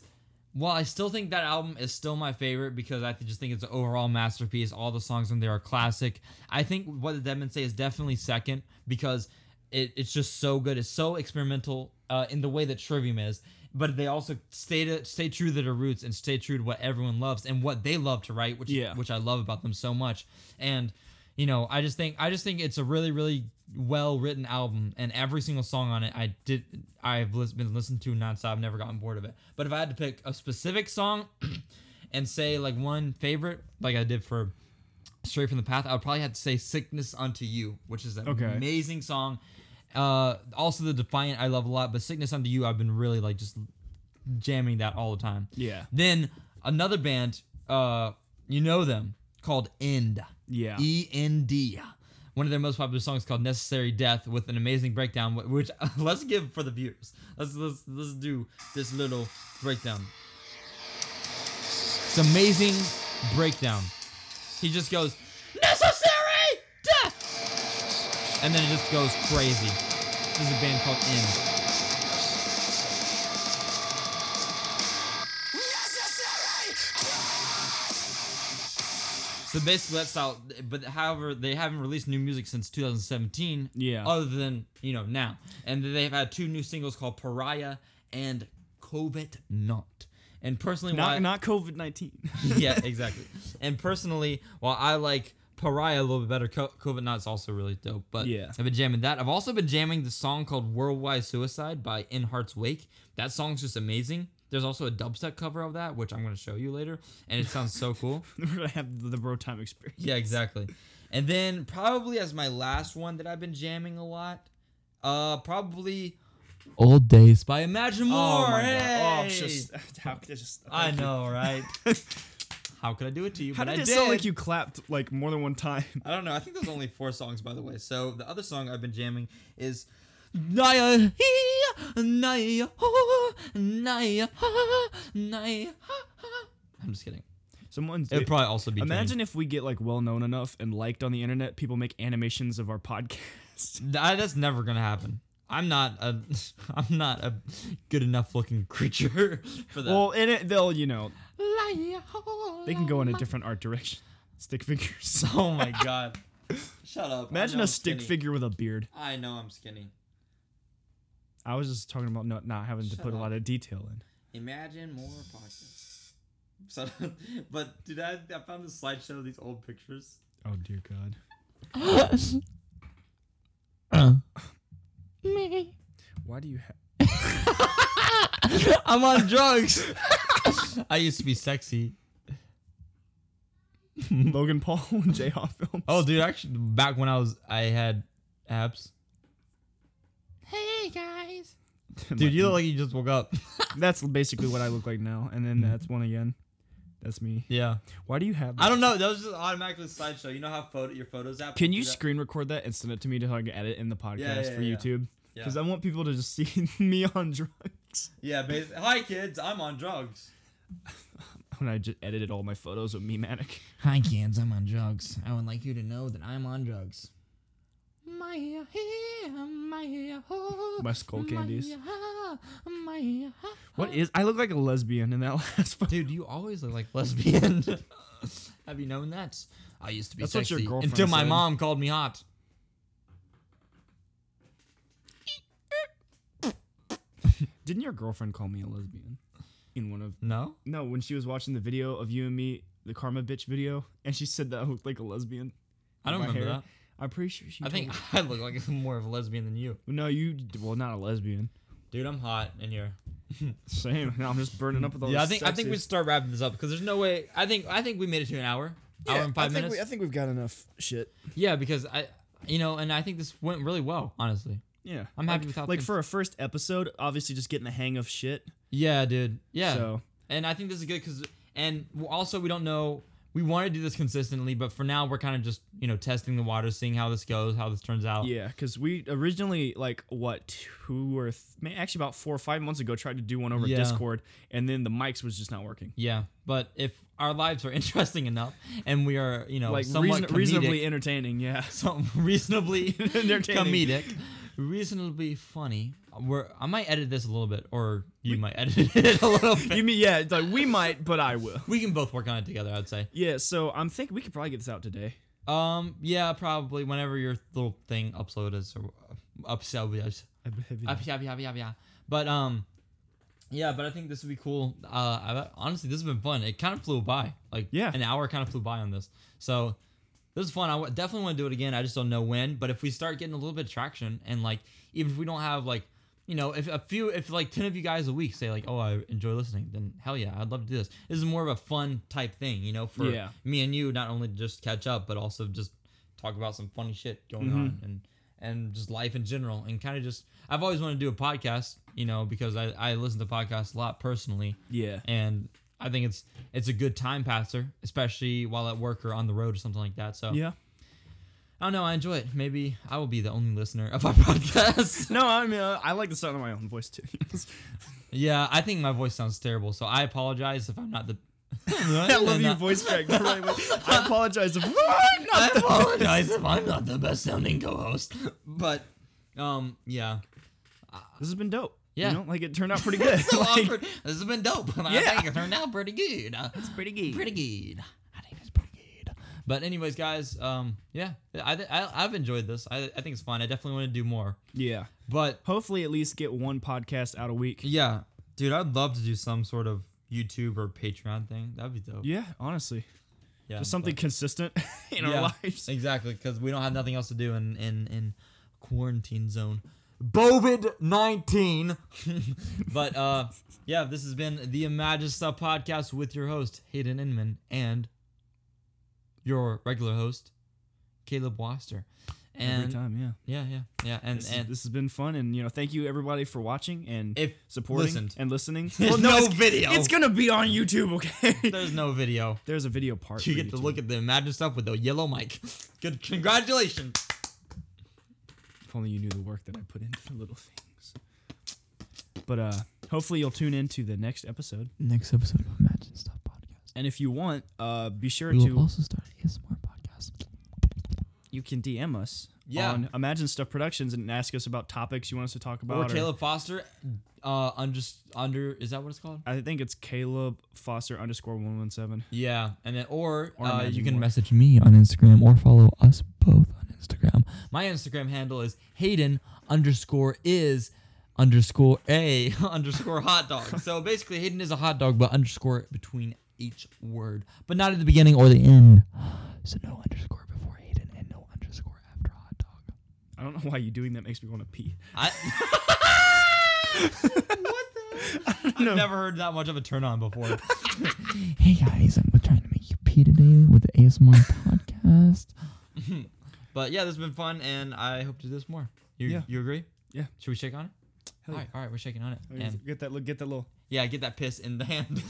[SPEAKER 2] while I still think that album is still my favorite because I just think it's an overall masterpiece, all the songs on there are classic. I think what the Deadman say is definitely second because it, it's just so good. It's so experimental uh, in the way that Trivium is, but they also stay to, stay true to their roots and stay true to what everyone loves and what they love to write, which
[SPEAKER 1] Yeah.
[SPEAKER 2] which I love about them so much. And you know, I just think I just think it's a really really well written album, and every single song on it, I did I've lis- been listened to nonstop, never gotten bored of it. But if I had to pick a specific song and say like one favorite, like I did for Straight from the Path, I would probably have to say "Sickness Unto You," which is an
[SPEAKER 1] Okay.
[SPEAKER 2] amazing song. Uh, also, the Defiant I love a lot, but "Sickness Unto You" I've been really like just jamming that all the time.
[SPEAKER 1] Yeah.
[SPEAKER 2] Then another band, uh, you know them, called End.
[SPEAKER 1] Yeah.
[SPEAKER 2] E N D. One of their most popular songs called "Necessary Death" with an amazing breakdown, wh- which let's give for the viewers. Let's let's let's do this little breakdown. It's amazing breakdown. He just goes "Necessary Death," and then it just goes crazy. This is a band called End. So basically, that's how. But however, they haven't released new music since 2017.
[SPEAKER 1] Yeah.
[SPEAKER 2] Other than you know now, and they've had two new singles called Pariah and Covet Not. And personally, why,
[SPEAKER 1] Not not COVID nineteen.
[SPEAKER 2] yeah, exactly. And personally, while I like Pariah a little bit better, Co- Covet Not's also really dope. But
[SPEAKER 1] Yeah.
[SPEAKER 2] I've been jamming that. I've also been jamming the song called Worldwide Suicide by In Heart's Wake. That song's just amazing. There's also a dubstep cover of that, which I'm going to show you later, and it sounds so cool.
[SPEAKER 1] We're gonna have the, the bro time experience.
[SPEAKER 2] Yeah, exactly. And then probably as my last one that I've been jamming a lot, uh, probably Old Days by Imagine More.
[SPEAKER 1] Oh my god. Oh,
[SPEAKER 2] Hey!
[SPEAKER 1] it's just how could I just?
[SPEAKER 2] I know, right? How could I do it to you?
[SPEAKER 1] How
[SPEAKER 2] but
[SPEAKER 1] did
[SPEAKER 2] I
[SPEAKER 1] it sound like
[SPEAKER 2] did.
[SPEAKER 1] you clapped like more than one time?
[SPEAKER 2] I don't know. I think there's only four songs, by the way. So the other song I've been jamming is Naya Hee Naya Ho Naya Ha Naya Ha Ha. I'm just kidding.
[SPEAKER 1] Someone's
[SPEAKER 2] It'd probably also be Dream.
[SPEAKER 1] Imagine if we get like well known enough and liked on the internet, people make animations of our podcast.
[SPEAKER 2] Th- that's never gonna happen. I'm not a I'm not a good enough looking creature for that.
[SPEAKER 1] Well, in it they'll you know
[SPEAKER 6] They
[SPEAKER 1] they can go in a different art direction. Stick figures.
[SPEAKER 2] oh my god.
[SPEAKER 4] Shut up. I
[SPEAKER 1] Imagine
[SPEAKER 4] know
[SPEAKER 1] a
[SPEAKER 4] I'm
[SPEAKER 1] stick
[SPEAKER 4] skinny.
[SPEAKER 1] figure with a beard.
[SPEAKER 4] I know I'm skinny.
[SPEAKER 1] I was just talking about not, not having to
[SPEAKER 4] Shut
[SPEAKER 1] put a
[SPEAKER 4] up.
[SPEAKER 1] lot of detail in.
[SPEAKER 4] Imagine more podcasts. So, but dude, I, I found this slideshow of these old pictures.
[SPEAKER 1] Oh dear God.
[SPEAKER 6] Me.
[SPEAKER 1] Why do you have?
[SPEAKER 2] I'm on drugs. I used to be sexy.
[SPEAKER 1] Logan Paul and J Hawk films.
[SPEAKER 2] Oh, dude, actually, back when I was, I had abs.
[SPEAKER 6] Hey guys.
[SPEAKER 2] Dude, you look like you just woke up.
[SPEAKER 1] that's basically what I look like now. And then that's one again. That's me.
[SPEAKER 2] Yeah.
[SPEAKER 1] Why do you have?
[SPEAKER 2] I
[SPEAKER 1] that?
[SPEAKER 2] don't know. That was
[SPEAKER 4] This is automatically slideshow. You know how photo your photos app.
[SPEAKER 1] Can
[SPEAKER 4] will
[SPEAKER 1] you
[SPEAKER 4] do that?
[SPEAKER 1] screen record that and send it to me to like edit in the podcast
[SPEAKER 4] yeah,
[SPEAKER 1] for
[SPEAKER 4] yeah.
[SPEAKER 1] YouTube?
[SPEAKER 4] Yeah.
[SPEAKER 1] Because I want people to just see me on drugs.
[SPEAKER 4] Yeah, basically. Hi kids, I'm on drugs.
[SPEAKER 1] When I just edited all my photos of me manic.
[SPEAKER 3] Hi, kids. I'm on drugs. I would like you to know that I'm on drugs.
[SPEAKER 6] My hair, my hair, oh,
[SPEAKER 1] My skull candies.
[SPEAKER 6] My hair, my hair.
[SPEAKER 1] What is? I look like a lesbian in that last photo.
[SPEAKER 2] Dude, you always look like lesbian. Have you known that? I used to be
[SPEAKER 1] That's what your
[SPEAKER 2] sexy
[SPEAKER 1] girlfriend
[SPEAKER 2] until my
[SPEAKER 1] said.
[SPEAKER 2] mom called me hot.
[SPEAKER 1] Didn't your girlfriend call me a lesbian? In one of
[SPEAKER 2] No.
[SPEAKER 1] no, when she was watching the video of you and me, the karma bitch video, and she said that I looked like a lesbian.
[SPEAKER 2] I don't
[SPEAKER 1] with my
[SPEAKER 2] remember
[SPEAKER 1] hair.
[SPEAKER 2] that.
[SPEAKER 1] I'm pretty sure she.
[SPEAKER 2] I think
[SPEAKER 1] told
[SPEAKER 2] I look like more of a lesbian than you.
[SPEAKER 1] me. No, you. Well, not a lesbian.
[SPEAKER 2] Dude, I'm hot and you're.
[SPEAKER 1] Same. Now I'm just burning up with all
[SPEAKER 2] Yeah, I
[SPEAKER 1] this
[SPEAKER 2] think I think
[SPEAKER 1] sexy-
[SPEAKER 2] we start wrapping this up because there's no way. I think I think we made it to an hour, hour and five
[SPEAKER 1] I think
[SPEAKER 2] minutes.
[SPEAKER 1] We, I think we've got enough shit.
[SPEAKER 2] yeah, because I, you know, and I think this went really well, honestly.
[SPEAKER 1] Yeah,
[SPEAKER 2] I'm happy
[SPEAKER 1] like,
[SPEAKER 2] with how
[SPEAKER 1] like
[SPEAKER 2] things-
[SPEAKER 1] for a first episode, obviously just getting the hang of shit.
[SPEAKER 2] Yeah, dude. Yeah.
[SPEAKER 1] So
[SPEAKER 2] And I think this is good because, and w- also we don't know. We want to do this consistently, but for now we're kind of just you know testing the waters, seeing how this goes, how this turns out.
[SPEAKER 1] yeah, because we originally like what two or th- man, actually about four or five months ago tried to do one over
[SPEAKER 2] Yeah.
[SPEAKER 1] Discord, and then the mics was just not working.
[SPEAKER 2] Yeah, but if our lives are interesting enough and we are you know
[SPEAKER 1] like
[SPEAKER 2] somewhat
[SPEAKER 1] reason-
[SPEAKER 2] comedic,
[SPEAKER 1] reasonably entertaining, yeah.
[SPEAKER 2] some reasonably
[SPEAKER 1] Entertaining.
[SPEAKER 2] comedic, reasonably funny. We're, I might edit this a little bit, or you might edit it a little bit.
[SPEAKER 1] you mean yeah? It's like we might, but I will.
[SPEAKER 2] we can both work on it together, I'd say.
[SPEAKER 1] Yeah, so I'm thinking we could probably get this out today.
[SPEAKER 2] Um, yeah, probably whenever your little thing uploads or uh, upsells. Up, yeah, yeah, yeah, yeah. But um, yeah, but I think this would be cool. Uh, I, honestly, this has been fun. It kind of flew by. Like
[SPEAKER 1] Yeah.
[SPEAKER 2] an hour kind of flew by on this. So this is fun. I w- definitely want to do it again. I just don't know when. But if we start getting a little bit of traction and like, even if we don't have like, you know, if a few, if like ten of you guys a week say like, oh, I enjoy listening, then hell yeah, I'd love to do this. This is more of a fun type thing, you know, for
[SPEAKER 1] Yeah.
[SPEAKER 2] me and you not only to just catch up, but also just talk about some funny shit going on and and just life in general and kind of just I've always wanted to do a podcast, you know, because I, I listen to podcasts a lot personally
[SPEAKER 1] yeah,
[SPEAKER 2] and I think it's it's a good time passer, especially while at work or on the road or something like that. So
[SPEAKER 1] yeah.
[SPEAKER 2] I don't know, I enjoy it. Maybe I will be the only listener of our podcast.
[SPEAKER 1] No, I mean uh, I like the sound of my own voice too.
[SPEAKER 2] yeah, I think my voice sounds terrible, so I apologize if I'm not the
[SPEAKER 1] I love
[SPEAKER 2] Nah.
[SPEAKER 1] your voice crack. I apologize if
[SPEAKER 2] I apologize if I'm not the best sounding co-host. But um yeah.
[SPEAKER 1] This has been dope.
[SPEAKER 2] Yeah.
[SPEAKER 1] You know, like it turned out pretty good.
[SPEAKER 2] So
[SPEAKER 1] Like,
[SPEAKER 2] awkward. This has been dope. I
[SPEAKER 1] Yeah.
[SPEAKER 2] think it turned out pretty good. Uh,
[SPEAKER 1] pretty good.
[SPEAKER 2] pretty good. I think it's pretty good. But anyways, guys, um, yeah, I, I I've enjoyed this. I, I think it's fun. I definitely want to do more.
[SPEAKER 1] Yeah.
[SPEAKER 2] But
[SPEAKER 1] Hopefully, at least get one podcast out a week.
[SPEAKER 2] yeah, dude, I'd love to do some sort of YouTube or Patreon thing. That'd be dope.
[SPEAKER 1] Yeah, honestly,
[SPEAKER 2] Yeah,
[SPEAKER 1] just something
[SPEAKER 2] but-
[SPEAKER 1] consistent in
[SPEAKER 2] Yeah,
[SPEAKER 1] our lives.
[SPEAKER 2] Exactly, because we don't have nothing else to do in in in quarantine zone. COVID nineteen. but uh, yeah, this has been the Imagine Stuff podcast with your host Hayden Inman and your regular host Caleb Waster. And
[SPEAKER 1] Every time, yeah.
[SPEAKER 2] yeah, yeah, yeah, and
[SPEAKER 1] This,
[SPEAKER 2] and
[SPEAKER 1] this has been fun, and you know, thank you everybody for watching and
[SPEAKER 2] If-
[SPEAKER 1] supporting
[SPEAKER 2] listened.
[SPEAKER 1] and listening.
[SPEAKER 2] there's no
[SPEAKER 1] it's,
[SPEAKER 2] video.
[SPEAKER 1] it's gonna be on YouTube, okay?
[SPEAKER 2] there's no video.
[SPEAKER 1] There's a video part.
[SPEAKER 2] You
[SPEAKER 1] for
[SPEAKER 2] get to look
[SPEAKER 1] YouTube.
[SPEAKER 2] at the Imagine Stuff with the yellow mic. Good, congratulations.
[SPEAKER 1] If only you knew the work that I put into the little things. But uh, hopefully, you'll tune in to the next episode.
[SPEAKER 3] Next episode of Imagine Stuff Podcast.
[SPEAKER 1] And if you want, uh, be sure
[SPEAKER 3] We will
[SPEAKER 1] to
[SPEAKER 3] also start a ASMR podcast.
[SPEAKER 1] you can DM us
[SPEAKER 2] Yeah.
[SPEAKER 1] on Imagine Stuff Productions and ask us about topics you want us to talk about.
[SPEAKER 2] Or Caleb Foster, uh, under under is that what it's called?
[SPEAKER 1] I think it's Caleb Foster underscore one one seven.
[SPEAKER 2] Yeah, and then or, uh,
[SPEAKER 1] imagine
[SPEAKER 2] you can
[SPEAKER 1] more.
[SPEAKER 2] mess.
[SPEAKER 3] Message me on Instagram or follow us both on Instagram.
[SPEAKER 2] My Instagram handle is Hayden underscore is underscore a underscore hot dog. So basically, Hayden is a hot dog, but underscore between each word, but not at the beginning or the end.
[SPEAKER 3] So no underscore before Hayden and no underscore after hot dog.
[SPEAKER 1] I don't know why you doing that makes me want to pee.
[SPEAKER 2] I, what the? I've never heard that much of a turn on before.
[SPEAKER 3] Hey guys, I'm trying to make you pee. therapy today with the ASMR podcast.
[SPEAKER 2] But yeah, this has been fun, and I hope to do this more. You
[SPEAKER 1] Yeah.
[SPEAKER 2] you agree?
[SPEAKER 1] Yeah.
[SPEAKER 2] Should we shake on it? all right, all right, we're shaking on it. And
[SPEAKER 1] Get that look. Get that little.
[SPEAKER 2] yeah, get that piss in the hand.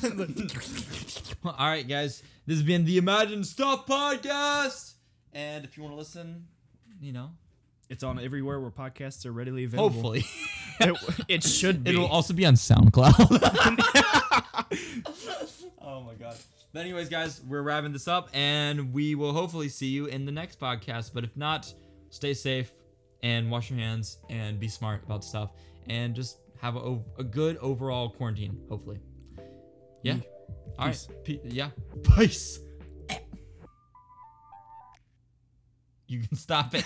[SPEAKER 2] all right, guys, this has been the Imagine Stuff podcast, and if you want to listen, you know,
[SPEAKER 1] It's on everywhere where podcasts are readily available.
[SPEAKER 2] hopefully
[SPEAKER 1] it, it should be.
[SPEAKER 2] it'll also be on.
[SPEAKER 3] SoundCloud.
[SPEAKER 2] Oh my god. But anyways, guys, we're wrapping this up, and we will hopefully see you in the next podcast. But if not, stay safe and wash your hands and be smart about stuff, and just have a, ov- a good overall quarantine. Hopefully. Yeah. All right. Pe- yeah. Peace. You can stop it.